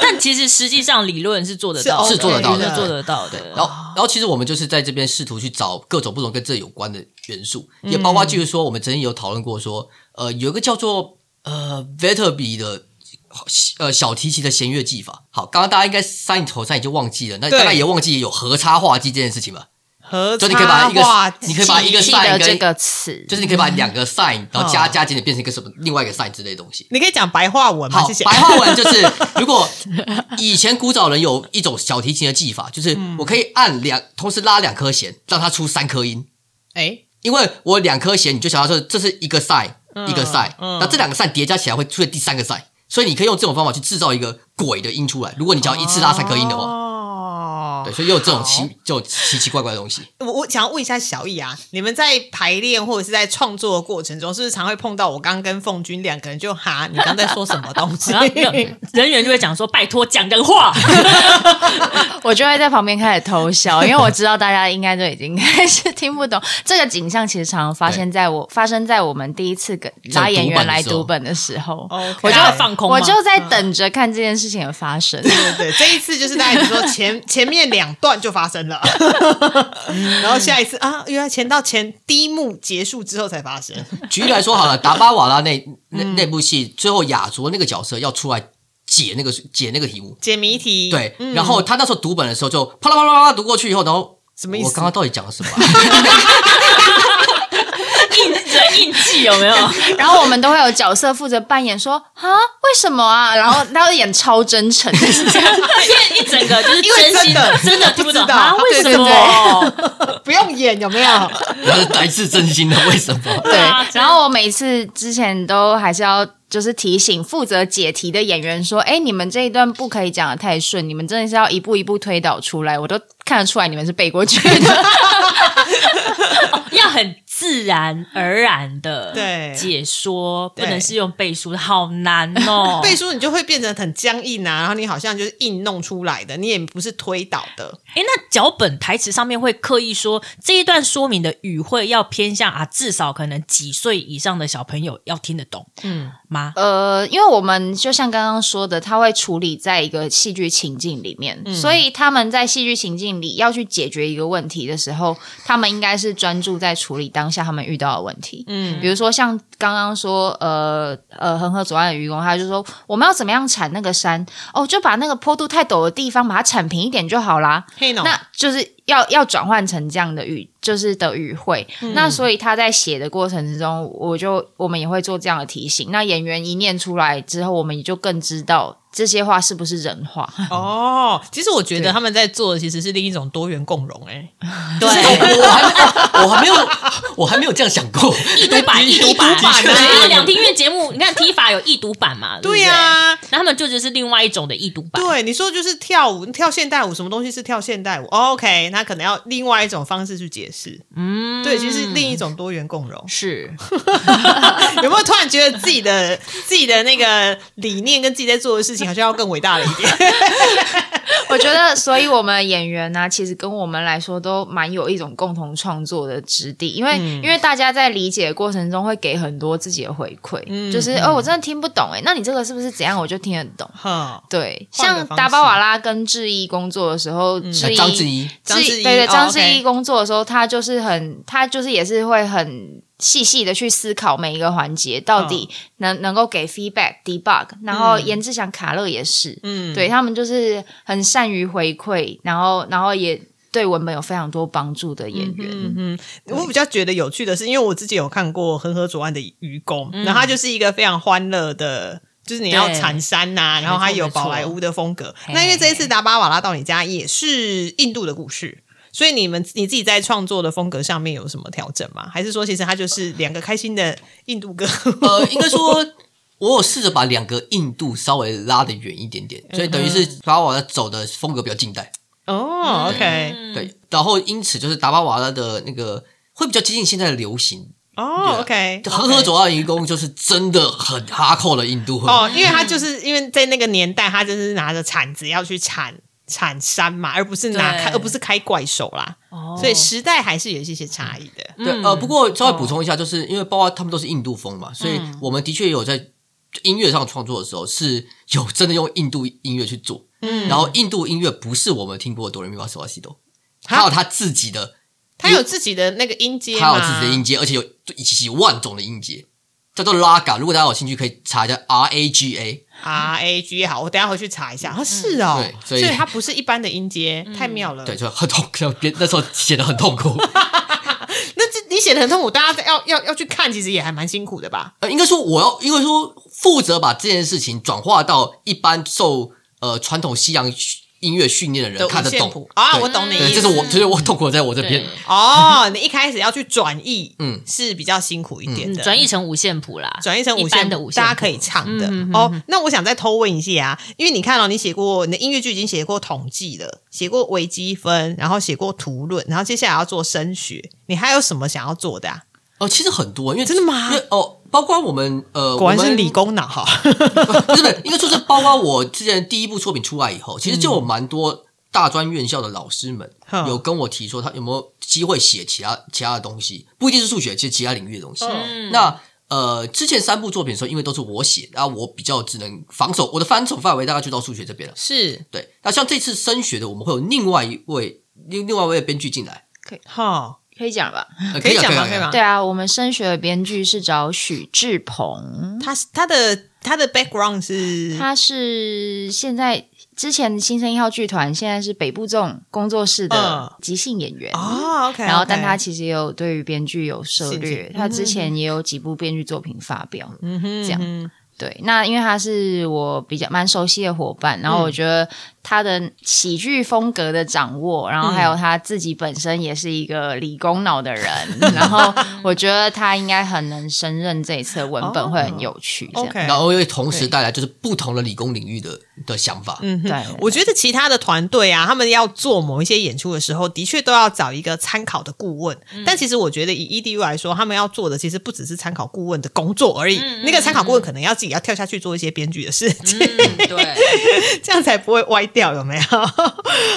Speaker 1: 但其实实际上理论是做得到的，
Speaker 3: 是 OK
Speaker 4: 是做得到的
Speaker 1: 是做得到
Speaker 3: 哦
Speaker 1: 的。
Speaker 4: 然后，然后其实我们就是在这边试图去找各种不同跟这有关的元素，也包
Speaker 3: 嗯
Speaker 4: 括就是说，我们曾经有讨论过说，呃，有一个叫做呃 v e t e r b 的呃小提琴的弦乐技法。好，刚刚大家应该三头上已经忘记了，那
Speaker 3: 对
Speaker 4: 大概也忘记有和插画技这件事情吧？
Speaker 3: 合
Speaker 4: 就你可以把一个
Speaker 3: 插画
Speaker 4: 你可以把一个
Speaker 2: 记得
Speaker 4: sign
Speaker 2: 这
Speaker 4: 跟
Speaker 2: 个词，
Speaker 4: 就是你可以把两个 sign，然后加
Speaker 3: 嗯
Speaker 4: 加减点变成一个什么另外一个 sign 之类的东西。
Speaker 3: 你可以讲白话文吗？
Speaker 4: 好
Speaker 3: 谢谢。，
Speaker 4: 白话文 就是，如果以前古早人有一种小提琴的技法，就是
Speaker 3: 嗯
Speaker 4: 我可以按两，同时拉两颗弦，让它出三颗音。
Speaker 3: 哎，
Speaker 4: 因为我两颗弦，你就想到说这是一个赛、一个赛，
Speaker 3: 嗯
Speaker 4: 那、这两个赛叠加起来会出现第三个赛，所以你可以用这种方法去制造一个鬼的音出来。如果你只要一次拉三颗音的话，
Speaker 3: 哦
Speaker 4: 对，所以又有这种奇就奇奇怪怪的东西。
Speaker 3: 我我想要问一下小易啊，你们在排练或者是在创作的过程中，是不是常会碰到我刚刚跟凤君两个人就哈，你刚在说什么东西
Speaker 1: 然？后没有人员就会讲说：“拜托，讲人话。
Speaker 2: 我就会在旁边开始偷笑，因为我知道大家应该都已经开始听不懂这个景象。其实常常发现在我发生在我们第一次跟
Speaker 4: 在
Speaker 2: 拉演
Speaker 4: 读
Speaker 2: 员
Speaker 4: 本的
Speaker 2: 来
Speaker 4: 时候
Speaker 2: 读本的时候，
Speaker 3: OK
Speaker 2: 我就
Speaker 1: 大家放空吗
Speaker 2: 哦我就在等着看这件事情的发生。
Speaker 3: 对对对，这一次就是大家你说前前面两段就发生了，然后下一次啊，原来前到前第一幕结束之后才发生。
Speaker 4: 举例来说好了，达巴瓦拉那那
Speaker 3: 嗯
Speaker 4: 那部戏，最后雅卓那个角色要出来解那个解那个题目，
Speaker 3: 解谜题，
Speaker 4: 对，然后他那时候读本的时候就啪啦啪啦啪啦读过去以后，然后
Speaker 3: 什么意思
Speaker 4: 我刚刚到底讲了什么啊、”
Speaker 1: 印人印记有没有？
Speaker 2: 然后我们都会有角色负责扮演说啊，为什么啊？然后他会演超真诚，
Speaker 1: 因为一整个就是
Speaker 3: 因为
Speaker 1: 真心
Speaker 3: 真的
Speaker 1: 真的听不懂
Speaker 3: 不知道
Speaker 1: 啊？为什
Speaker 2: 对对
Speaker 1: 么？
Speaker 3: 不用演有没有？
Speaker 4: 然后来自真心的，为什么？
Speaker 1: 对啊
Speaker 2: 然后我每次之前都还是要就是提醒负责解题的演员说，哎，你们这一段不可以讲的太顺，你们真的是要一步一步推导出来，我都看得出来你们是背过去的。
Speaker 1: 要很自然而然的
Speaker 3: 对
Speaker 1: 解说，不
Speaker 3: 对
Speaker 1: 能是用背书的，好难哦。
Speaker 3: 背书你就会变成很僵硬啊，然后你好像就是硬弄出来的，你也不是推导的。
Speaker 1: 诶，那脚本台词上面会刻意说这一段说明的语汇要偏向啊，至少可能几岁以上的小朋友要听得懂，嗯吗？
Speaker 2: 呃，因为我们就像刚刚说的，他会处理在一个戏剧情境里面，所以他们在戏剧情境里要去解决一个问题的时候，他们应该是专注在处理当下他们遇到的问题。嗯，比如说像刚刚说，呃呃，恒河左岸的愚公，他就说我们要怎么样铲那个山，哦，就把那个坡度太陡的地方把它铲平一点就好啦。
Speaker 3: 嘿 no，
Speaker 2: 那就是要要转换成这样的语，就是的语汇。那所以他在写的过程之中，我就我们也会做这样的提醒。那演员一念出来之后，我们也就更知道这些话是不是人 话。
Speaker 3: 哦，其实我觉得
Speaker 2: 对
Speaker 3: 他们在做的其实是另一种多元共融、 欸，哎，
Speaker 4: 对，我还我 还没有我还没有这样想过，
Speaker 1: 易读版，易读版
Speaker 3: 易读版啊
Speaker 1: 因为两厅院节目，你看 T 法有易读版嘛？对不对
Speaker 3: 对呀、
Speaker 1: 那他们就只是另外一种的易读版。。
Speaker 3: 对，你说就是跳舞，跳现代舞，什么东西是跳现代舞、o k 那可能要另外一种方式去解释。嗯，对，其实另一种多元共融
Speaker 1: 是，
Speaker 3: 有没有突然觉得自己的自己的那个理念跟自己在做的事情好像要更伟大了一点？
Speaker 2: 我觉得，所以我们演员呢、其实跟我们来说都蛮有一种共同创作的质地，因为、
Speaker 3: 嗯
Speaker 2: 因为大家在理解的过程中会给很多自己的回馈，
Speaker 3: 嗯
Speaker 2: 就是哦，我真的听不懂哎，那你这个是不是怎样？我就听得懂。
Speaker 3: 哈，
Speaker 2: 对，
Speaker 3: 换个
Speaker 2: 像
Speaker 3: 方
Speaker 2: 达巴
Speaker 3: 式嗯
Speaker 2: 瓦拉跟志毅工作的时候，志毅
Speaker 4: 张志怡
Speaker 3: 张
Speaker 2: 志
Speaker 3: 志毅
Speaker 2: 对对，
Speaker 3: 哦
Speaker 2: 张
Speaker 3: OK
Speaker 2: 志毅工作的时候，他就是很，他就是也是会很细细的去思考每一个环节，到底
Speaker 3: 嗯
Speaker 2: 能、能够给 feedback debug，然后颜志祥卡乐也是，嗯，对他们就是很善于回馈，然后然后也对文本有非常多帮助的演
Speaker 3: 嗯
Speaker 2: 员，
Speaker 3: 我比较觉得有趣的是，因为我自己有看过《恒河左岸的愚公》
Speaker 4: 嗯
Speaker 3: 然后它就是一个非常欢乐的。就是你要
Speaker 1: 对
Speaker 3: 铲山呐、然后它有宝莱坞的风格。那因为这一次达巴瓦拉到你家也是印度的故事，所以你们你自己在创作的风格上面有什么调整吗？还是说其实它就是两个开心的印 度歌？
Speaker 4: 呃，应该说，我有试着把两个印度稍微拉得远一点点，所以等于是达瓦瓦拉走的风格比较近代，
Speaker 3: 哦，OK，
Speaker 4: 对，然后因此就是达巴瓦拉的那个会比较接近现在的流行。
Speaker 3: 哦，OK，
Speaker 4: 恒河左岸愚公就是真的很哈扣的印度，
Speaker 3: 哦，因为他就是因为在那个年代，他就是拿着铲子要去铲铲山嘛，而不是拿
Speaker 1: 对
Speaker 3: 开，而不是开怪手啦。
Speaker 1: 哦嗯
Speaker 3: 所以时代还是有一些些差异的。
Speaker 4: 对，呃，不过
Speaker 3: 哦
Speaker 4: 稍微补充一下，就是因为包括他们都是印度风嘛，所以
Speaker 3: 嗯
Speaker 4: 我们的确有在音乐上创作的时候是有真的用印度音乐去做，嗯，然后印度音乐不是我们听过的哆来咪发嗦拉西哆，它有它自己的，
Speaker 3: 他有自己的那个音阶
Speaker 4: 它
Speaker 3: 吗？
Speaker 4: 有自己的音阶，而且有几万种的音阶，叫做拉嘎。如果大家有兴趣，可以查一下 R A G A。
Speaker 3: R A G 好，我等一下回去查一下。
Speaker 1: 嗯
Speaker 3: 啊，是哦
Speaker 4: 对，
Speaker 3: 所
Speaker 4: 所
Speaker 3: 以
Speaker 4: 以
Speaker 3: 它不是一般的音阶，太妙了。
Speaker 4: 对，，就很痛苦，别那时候写的很痛 苦。
Speaker 3: 那这你写的很痛苦，大家要要要去看，其实也还蛮辛苦的吧？
Speaker 4: 呃，应该说我要，应该说负责把这件事情转化到一般受呃传统西洋音乐训练的
Speaker 3: 的
Speaker 4: 人
Speaker 3: 五
Speaker 4: 看得
Speaker 3: 线
Speaker 4: 懂
Speaker 3: 谱啊
Speaker 4: 对
Speaker 3: 我懂你
Speaker 4: 对，
Speaker 3: 意
Speaker 4: 这
Speaker 3: 思
Speaker 4: 是我，就是我痛苦在我这边
Speaker 1: 对。
Speaker 3: 哦，你一开始要去转译，嗯
Speaker 4: 嗯，
Speaker 3: 是比较辛苦一点
Speaker 1: 嗯
Speaker 3: 的。
Speaker 1: 转译成五线谱啦，
Speaker 3: 转译成五
Speaker 1: 一般
Speaker 3: 线
Speaker 1: 的
Speaker 3: 谱
Speaker 1: 五线谱，
Speaker 3: 大家可以唱的、哦。那我想再偷问一下啊，因为你看到、你写过你的音乐剧已经写过统计了，写过微积分，然后写过图论，然后接下来要做声学，你还有什么想要做的啊？
Speaker 4: 哦，其实很多，因为
Speaker 3: 真的吗
Speaker 4: 因为哦，包括我们呃，
Speaker 3: 果然
Speaker 4: 我
Speaker 3: 是
Speaker 4: 们
Speaker 3: 理工脑哈。
Speaker 4: 不是不是，应该说是包括我之前第一部作品出来以后，其实就有蛮多大专院校的老师们
Speaker 3: 嗯
Speaker 4: 有跟我提说，他有没有机会写其他其他的东西，不一定是数学，其实其他领域的东西。
Speaker 3: 嗯
Speaker 4: 那呃，之前三部作品的时候，因为都是我写，然后我比较只能防守，我的防守范围大概就到数学这边了。
Speaker 3: 是
Speaker 4: 对，那像这次升学的，我们会有另外一位另另外一位编剧进来，
Speaker 3: 哈，
Speaker 2: 可以讲了吧？
Speaker 4: 呃
Speaker 3: 可以讲吗？可以
Speaker 4: 以
Speaker 3: 吗？
Speaker 2: 对啊，我们升学的编剧是找许志鹏，
Speaker 3: 他他的他的 background 是
Speaker 2: 他是现在之前新生一号剧团，现在是北部众工作室的
Speaker 3: 嗯
Speaker 2: 即兴演员。
Speaker 3: 哦，OK，
Speaker 2: 然后，但他
Speaker 3: OK
Speaker 2: 其实也有对于编剧有涉
Speaker 3: 兴
Speaker 2: 略
Speaker 3: 趣，
Speaker 2: 他之前也有几部编剧作品发表。
Speaker 3: 嗯哼
Speaker 2: 这样
Speaker 3: 嗯哼
Speaker 2: 对，那因为他是我比较蛮熟悉的伙伴，然后
Speaker 3: 嗯
Speaker 2: 我觉得他的喜剧风格的掌握，然后
Speaker 3: 嗯
Speaker 2: 还有他自己本身也是一个理工脑的人，然 后我觉得他应该很能胜任这一次的文本，会很有趣。这样。
Speaker 3: 哦 OK，
Speaker 4: 然后又同时带来就是不同的理工领域的的想法。
Speaker 3: 嗯
Speaker 2: 对
Speaker 3: 哼， 我觉得其他的团队啊，他们要做某一些演出的时候，的确都要找一个参考的顾问。
Speaker 1: 嗯
Speaker 3: 但其实我觉得以 EDU 来说，他们要做的其实不只是参考顾问的工作而已。那个参考顾问可能要自己要跳下去做一些编剧的事情，
Speaker 1: 嗯， 对，
Speaker 3: 这样才不会歪掉，有没 有？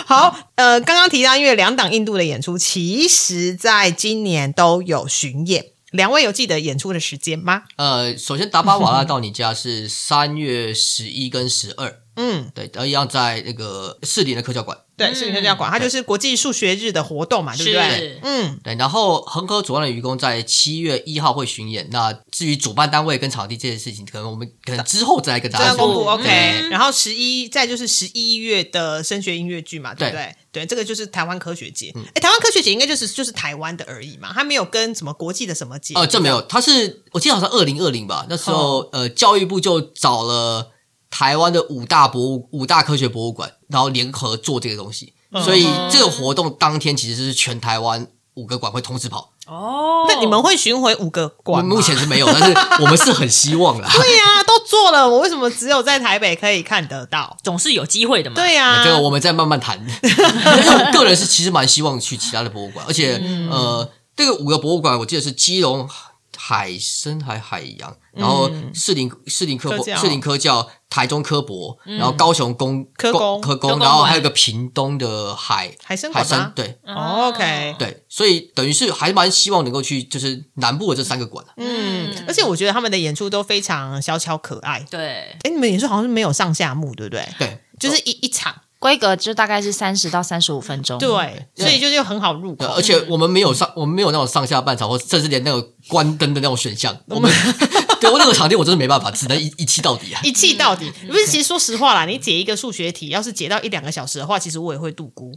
Speaker 3: 好，呃，刚刚提到，因为两档印度的演出，其实在今年都有巡演。两位有记得演出的时间吗？
Speaker 4: 呃，首先达巴瓦拉到你家是三月十一跟十二，
Speaker 3: 嗯，
Speaker 4: 对，然后一样在那个士林的科教馆，
Speaker 3: 对，是你这样管，它就是国际数学日的活动嘛，对不对
Speaker 1: 嗯是？
Speaker 3: 嗯，
Speaker 4: 对，然后恒河左岸的愚公在七月一号会巡演，那至于主办单位跟场地这件事情，可能我们可能之后再来跟大
Speaker 3: 这
Speaker 4: 家
Speaker 3: 样
Speaker 4: 说
Speaker 3: 公布
Speaker 1: 嗯
Speaker 3: OK。然后十一，再就是十一月的升学音乐剧嘛，对不对？对，这个就是台湾科学节。哎，台湾科学节应该就是就是台湾的而已嘛，它没有跟什么国际的什么节。
Speaker 4: 呃，这没有，他是我记得好像二零二零吧，那时候、呃，教育部就找了台湾的五大博物五大科学博物馆，然后联合做这个东西，所以这个活动当天其实是全台湾五个馆会同时跑。
Speaker 1: 哦，
Speaker 3: 那你们会巡回五个
Speaker 4: 我
Speaker 3: 馆吗？
Speaker 4: 目前是没有，但是我们是很希望啦。
Speaker 3: 对呀、都做了，我为什么只有在台北可以看得到？
Speaker 1: 总是有机会的嘛。
Speaker 3: 对呀、
Speaker 4: 这个我们再慢慢 谈。因为我个人是其实蛮希望去其他的博物馆，而且、
Speaker 3: 嗯
Speaker 4: 呃，这个五个博物馆我记得是基隆海深海海洋，然后士林士林科博
Speaker 3: 嗯科教嗯
Speaker 4: 士林科教、台中科博，然后高雄工
Speaker 3: 科工
Speaker 4: 科
Speaker 1: 科工
Speaker 4: 工，然后
Speaker 1: 馆
Speaker 4: 还有个屏东的海
Speaker 3: 海参
Speaker 4: 海
Speaker 3: 馆
Speaker 4: 参
Speaker 3: 吗，
Speaker 4: 对。
Speaker 3: 哦 OK，
Speaker 4: 对，所以等于是还蛮希望能够去，就是南部的这三个馆啊、
Speaker 3: 嗯，而且我觉得他们的演出都非常小巧可爱。
Speaker 1: 对，
Speaker 3: 哎，你们演出好像是没有上下幕，对不对？
Speaker 4: 对，
Speaker 3: 就是一一场，
Speaker 2: 规格就大概是三十到三十五分钟。
Speaker 3: 对，所以就是很好入
Speaker 4: 对，
Speaker 3: 口
Speaker 4: 而。且我们没有上，我们没有那种上下半场，或甚至连那个关灯的那种选项。我们 对我那个场地我真的没办法，只能一一气到 底啊。
Speaker 3: 一气到底，不是？其实说实话啦，你解一个数学题，要是解到一两个小时的话，其实我也会度 估。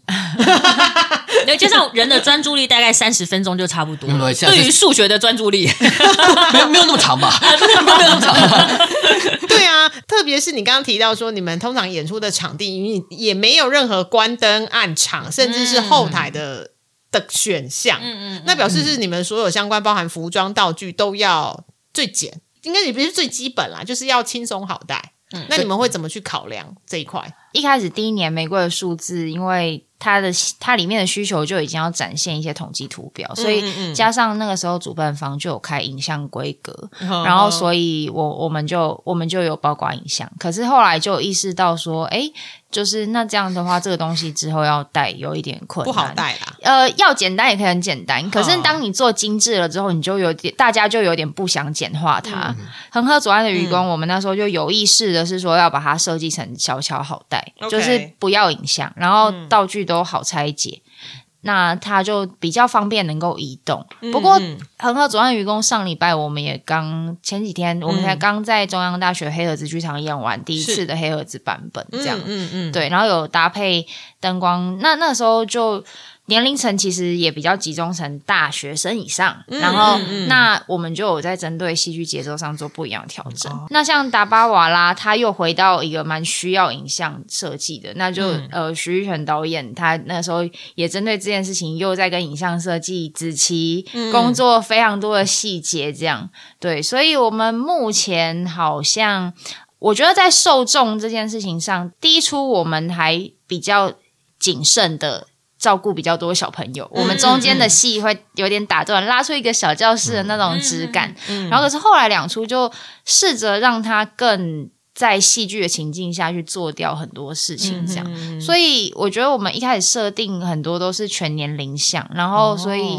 Speaker 1: 然后加上人的专注力大概三十分钟就差不多
Speaker 4: 没
Speaker 1: 了。
Speaker 4: 有现在
Speaker 1: 对
Speaker 4: 是
Speaker 1: 于数学的专注 力，
Speaker 3: 嗯
Speaker 4: 没有没有那么长吧？
Speaker 3: 啊
Speaker 4: 没有那么长。
Speaker 3: 对啊，特别是你刚刚提到说，你们通常演出的场地，你也没有任何关灯、暗场，甚至是后台的、的选项。
Speaker 1: 嗯嗯
Speaker 3: 那表示是你们所有相关包含服装、道具都要最简，应该也不是最基本啦，就是要轻松好带。那你们会怎么去考量这一块？
Speaker 2: 一开始第一年玫瑰的数字，因为它的它里面的需求就已经要展现一些统计图
Speaker 3: 嗯
Speaker 2: 表，所以加上那个时候主办方就有开影像规格，
Speaker 3: 嗯哦
Speaker 2: 然后所以我我们就我们就有包括影像，可是后来就意识到说，哎，就是那这样的话，这个东西之后要带有一点困
Speaker 3: 不
Speaker 2: 难，
Speaker 3: 好带啦。
Speaker 2: 呃，要简单也可以很简单，可是
Speaker 3: 哦
Speaker 2: 当你做精致了之后，你就有点，大家就有点不想简化它。
Speaker 3: 嗯
Speaker 2: 恒河左岸的愚公，我们那时候就有意识的是说要把它设计成小巧好带，
Speaker 3: OK
Speaker 2: 就是不要影像，然后道具都好拆解。那它就比较方便能够移动。不过
Speaker 3: 嗯嗯
Speaker 2: 恒河左岸愚公上礼拜我们也刚前几天，我们才刚在中央大学黑盒子剧场演完第一
Speaker 3: 嗯是
Speaker 2: 次的黑盒子版本，这样。
Speaker 3: 嗯嗯，
Speaker 2: 对，然后有搭配灯光。那那时候就年龄层其实也比较集中成大学生以上，然后、那我们就有在针对戏剧节奏上做不一样的调整。那像达巴瓦拉，他又回到一个蛮需要影像设计的，那就、呃徐玉泉导演他那时候也针对这件事情又在跟影像设计子琪工作非常多的细节，这样对，所以我们目前好像。我觉得在受众这件事情上，第一出我们还比较谨慎的照顾比较多小朋友，我们中间的戏会有点打断，拉出一个小教室的那种质感。然后可是后来两出就试着让他更在戏剧的情境下去做掉很多事
Speaker 3: 嗯
Speaker 2: 情，这样。所以我觉得我们一开始设定很多都是全年龄向，然后
Speaker 3: 哦
Speaker 2: 所以、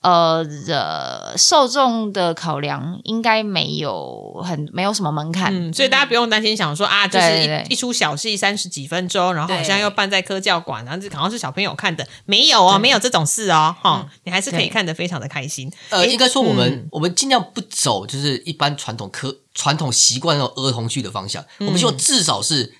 Speaker 2: 呃呃受众的考量应该没有很没有什么门槛。
Speaker 3: 嗯，所以大家不用担心，想说啊，就是
Speaker 2: 对
Speaker 3: 一
Speaker 2: 对对
Speaker 3: 一出小戏三十几分钟，然后好像
Speaker 1: 对
Speaker 3: 又办在科教馆，然后这好像是小朋友看的，没有哦，没有这种事哦，哈，你还是可以
Speaker 2: 嗯对
Speaker 3: 看得非常的开心。
Speaker 4: 呃，应该说我们、
Speaker 3: 嗯
Speaker 4: 我们尽量不走就是一般传统科传统习惯那种儿童剧的方向，我们希望至少是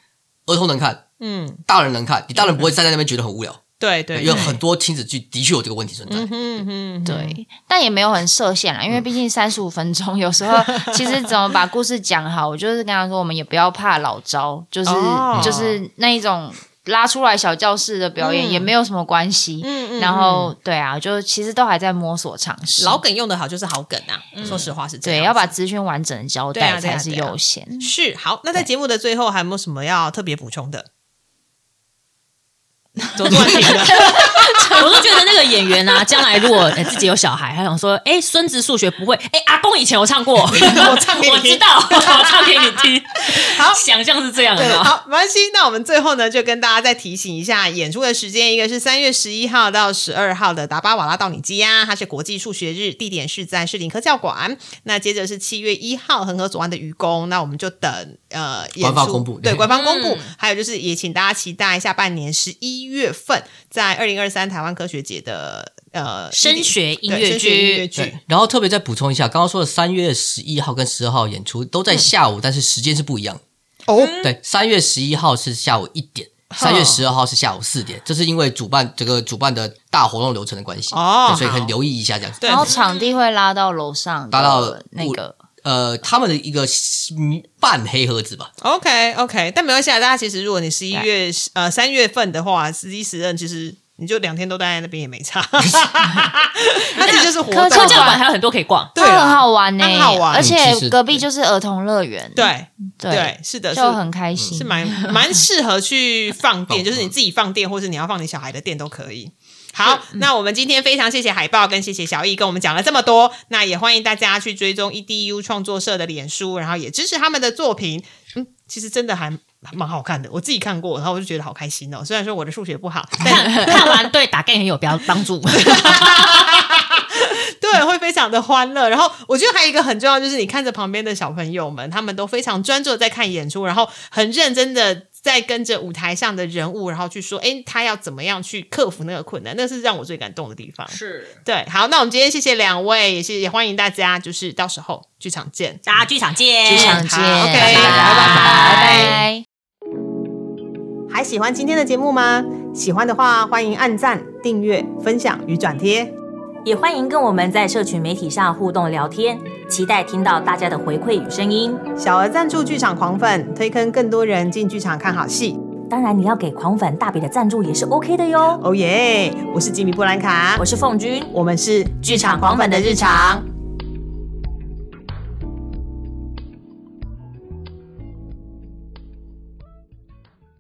Speaker 4: 儿童能看，
Speaker 3: 嗯，
Speaker 4: 大人能看，你大人不会站在那边觉得很无聊。
Speaker 3: 对嗯对，
Speaker 4: 因为
Speaker 3: 对
Speaker 4: 很多亲子剧的确有这个问题存在。
Speaker 3: 嗯嗯，
Speaker 2: 对，但也没有很设限啦，因为毕竟三十五分钟，有 时候其实怎么把故事讲好，我就是跟他说，我们也不要怕老招，就是、
Speaker 3: 哦
Speaker 2: 就是那一种拉出来小教室的表演、也没有什么关系。
Speaker 3: 嗯嗯嗯
Speaker 2: 然后对啊，就其实都还在摸索尝试。
Speaker 3: 老梗用得好就是好梗啊，说实话是这
Speaker 2: 嗯
Speaker 3: 样
Speaker 2: 对，
Speaker 3: 子。
Speaker 2: 要把资讯完整的交
Speaker 3: 对啊
Speaker 2: 代
Speaker 3: 对啊
Speaker 2: 才是
Speaker 3: 对啊
Speaker 2: 优先。
Speaker 3: 是好。那在节目的最后，还有没有什么要特 别补充的？怎么突然停了？
Speaker 1: 我都觉得那个演员啊，将来如果、呃自己有小孩，他想说，哎、孙子数学不会，哎、阿公以前我唱过，我
Speaker 3: 唱给你听
Speaker 1: 知 道，我唱给你听。
Speaker 3: 好
Speaker 1: 想象是这样
Speaker 3: 对，
Speaker 1: 的。
Speaker 3: 好，没关系。那我们最后呢，就跟大家再提醒一下演出的时间，一个是三月十一号到十二号的达巴瓦拉到你家，它是国际数学日，地点是在士林科教馆。那接着是七月一号恒河左岸的愚公，那我们就等呃演出
Speaker 4: 官方公布
Speaker 3: 对
Speaker 4: 对
Speaker 3: 官方公布，还有就是也请大家期待下半年十一月份在二零二三台湾科学节的呃
Speaker 1: 升学音
Speaker 3: 对
Speaker 1: 乐
Speaker 3: 升学音乐
Speaker 1: 剧，
Speaker 3: 剧。
Speaker 4: 然后特别再补充一下，刚刚说的三月十一号跟十二号演出都
Speaker 3: 嗯
Speaker 4: 在下午，但是时间是不一样。
Speaker 3: 哦，
Speaker 4: 对，三月十一号是下午一点，三月十二号是下午四点，这是因为主办这个主办的大活动流程的关系
Speaker 3: 哦
Speaker 4: 对所以
Speaker 3: 好
Speaker 4: 很留意一下这样子。
Speaker 3: 对
Speaker 2: 然后场地会拉到楼上的
Speaker 4: 拉到
Speaker 2: 那个，
Speaker 4: 呃，他们的一个嗯半黑盒子吧，
Speaker 3: OK OK，但没关系啊，大家其实如果你十一月呃三月份的话，十一十任其实你就两天都待在那边也没差，它其实就是活动
Speaker 2: 科
Speaker 1: 科教
Speaker 3: 嘛，
Speaker 1: 馆还有很多可以 逛。
Speaker 3: 对啊
Speaker 2: 它很
Speaker 3: 啦，
Speaker 2: 好玩呢、
Speaker 3: 它很好玩
Speaker 2: 而
Speaker 4: 啊嗯其
Speaker 2: 且
Speaker 4: 实
Speaker 2: 隔壁就是儿童乐园，
Speaker 3: 对
Speaker 2: 对
Speaker 3: 对，是的，
Speaker 2: 嗯
Speaker 3: 是
Speaker 2: 就很开心，
Speaker 3: 是蛮蛮适合去放
Speaker 4: 放
Speaker 3: 电，就是你自己放电，或是你要放你小孩的电都可以。好，那我们今天非常谢谢海豹跟谢谢小易跟我们讲了这么多，那也欢迎大家去追踪 EDU 创作社的脸书，然后也支持他们的作品。嗯，其实真的还蛮好看的，我自己看过，然后我就觉得好开心哦。虽然说我的数学不好，但
Speaker 1: 看看完对打 game 很有帮帮 助。
Speaker 3: 对，会非常的欢乐。然后我觉得还有一个很重要，就是你看着旁边的小朋友们，他们都非常专注的在看演出，然后很认真的在跟着舞台上的人物，然后去说，哎，他要怎么样去克服那个困难，那是让我最感动的地方。
Speaker 1: 是，
Speaker 3: 对，好，那我们今天谢谢两位，也是也欢迎大家，就是到时候剧场见。
Speaker 1: 大家剧场见，
Speaker 2: 剧场见
Speaker 3: 好，OK，
Speaker 2: 拜
Speaker 3: 拜
Speaker 2: 拜
Speaker 3: 拜
Speaker 2: 拜。
Speaker 3: 还喜欢今天的节目吗？喜欢的话，欢迎按赞、订阅、分享与转贴。
Speaker 5: 也欢迎跟我们在社群媒体上互动聊天，期待听到大家的回馈与声音。
Speaker 3: 小额赞助剧场狂粉，推坑更多人进剧场看好戏。
Speaker 5: 当然，你要给狂粉大笔的赞助也是 OK 的哟。
Speaker 3: Oh 哦耶！我是吉米布兰卡，
Speaker 5: 我是凤君，
Speaker 3: 我们是
Speaker 5: 剧场狂粉的日常。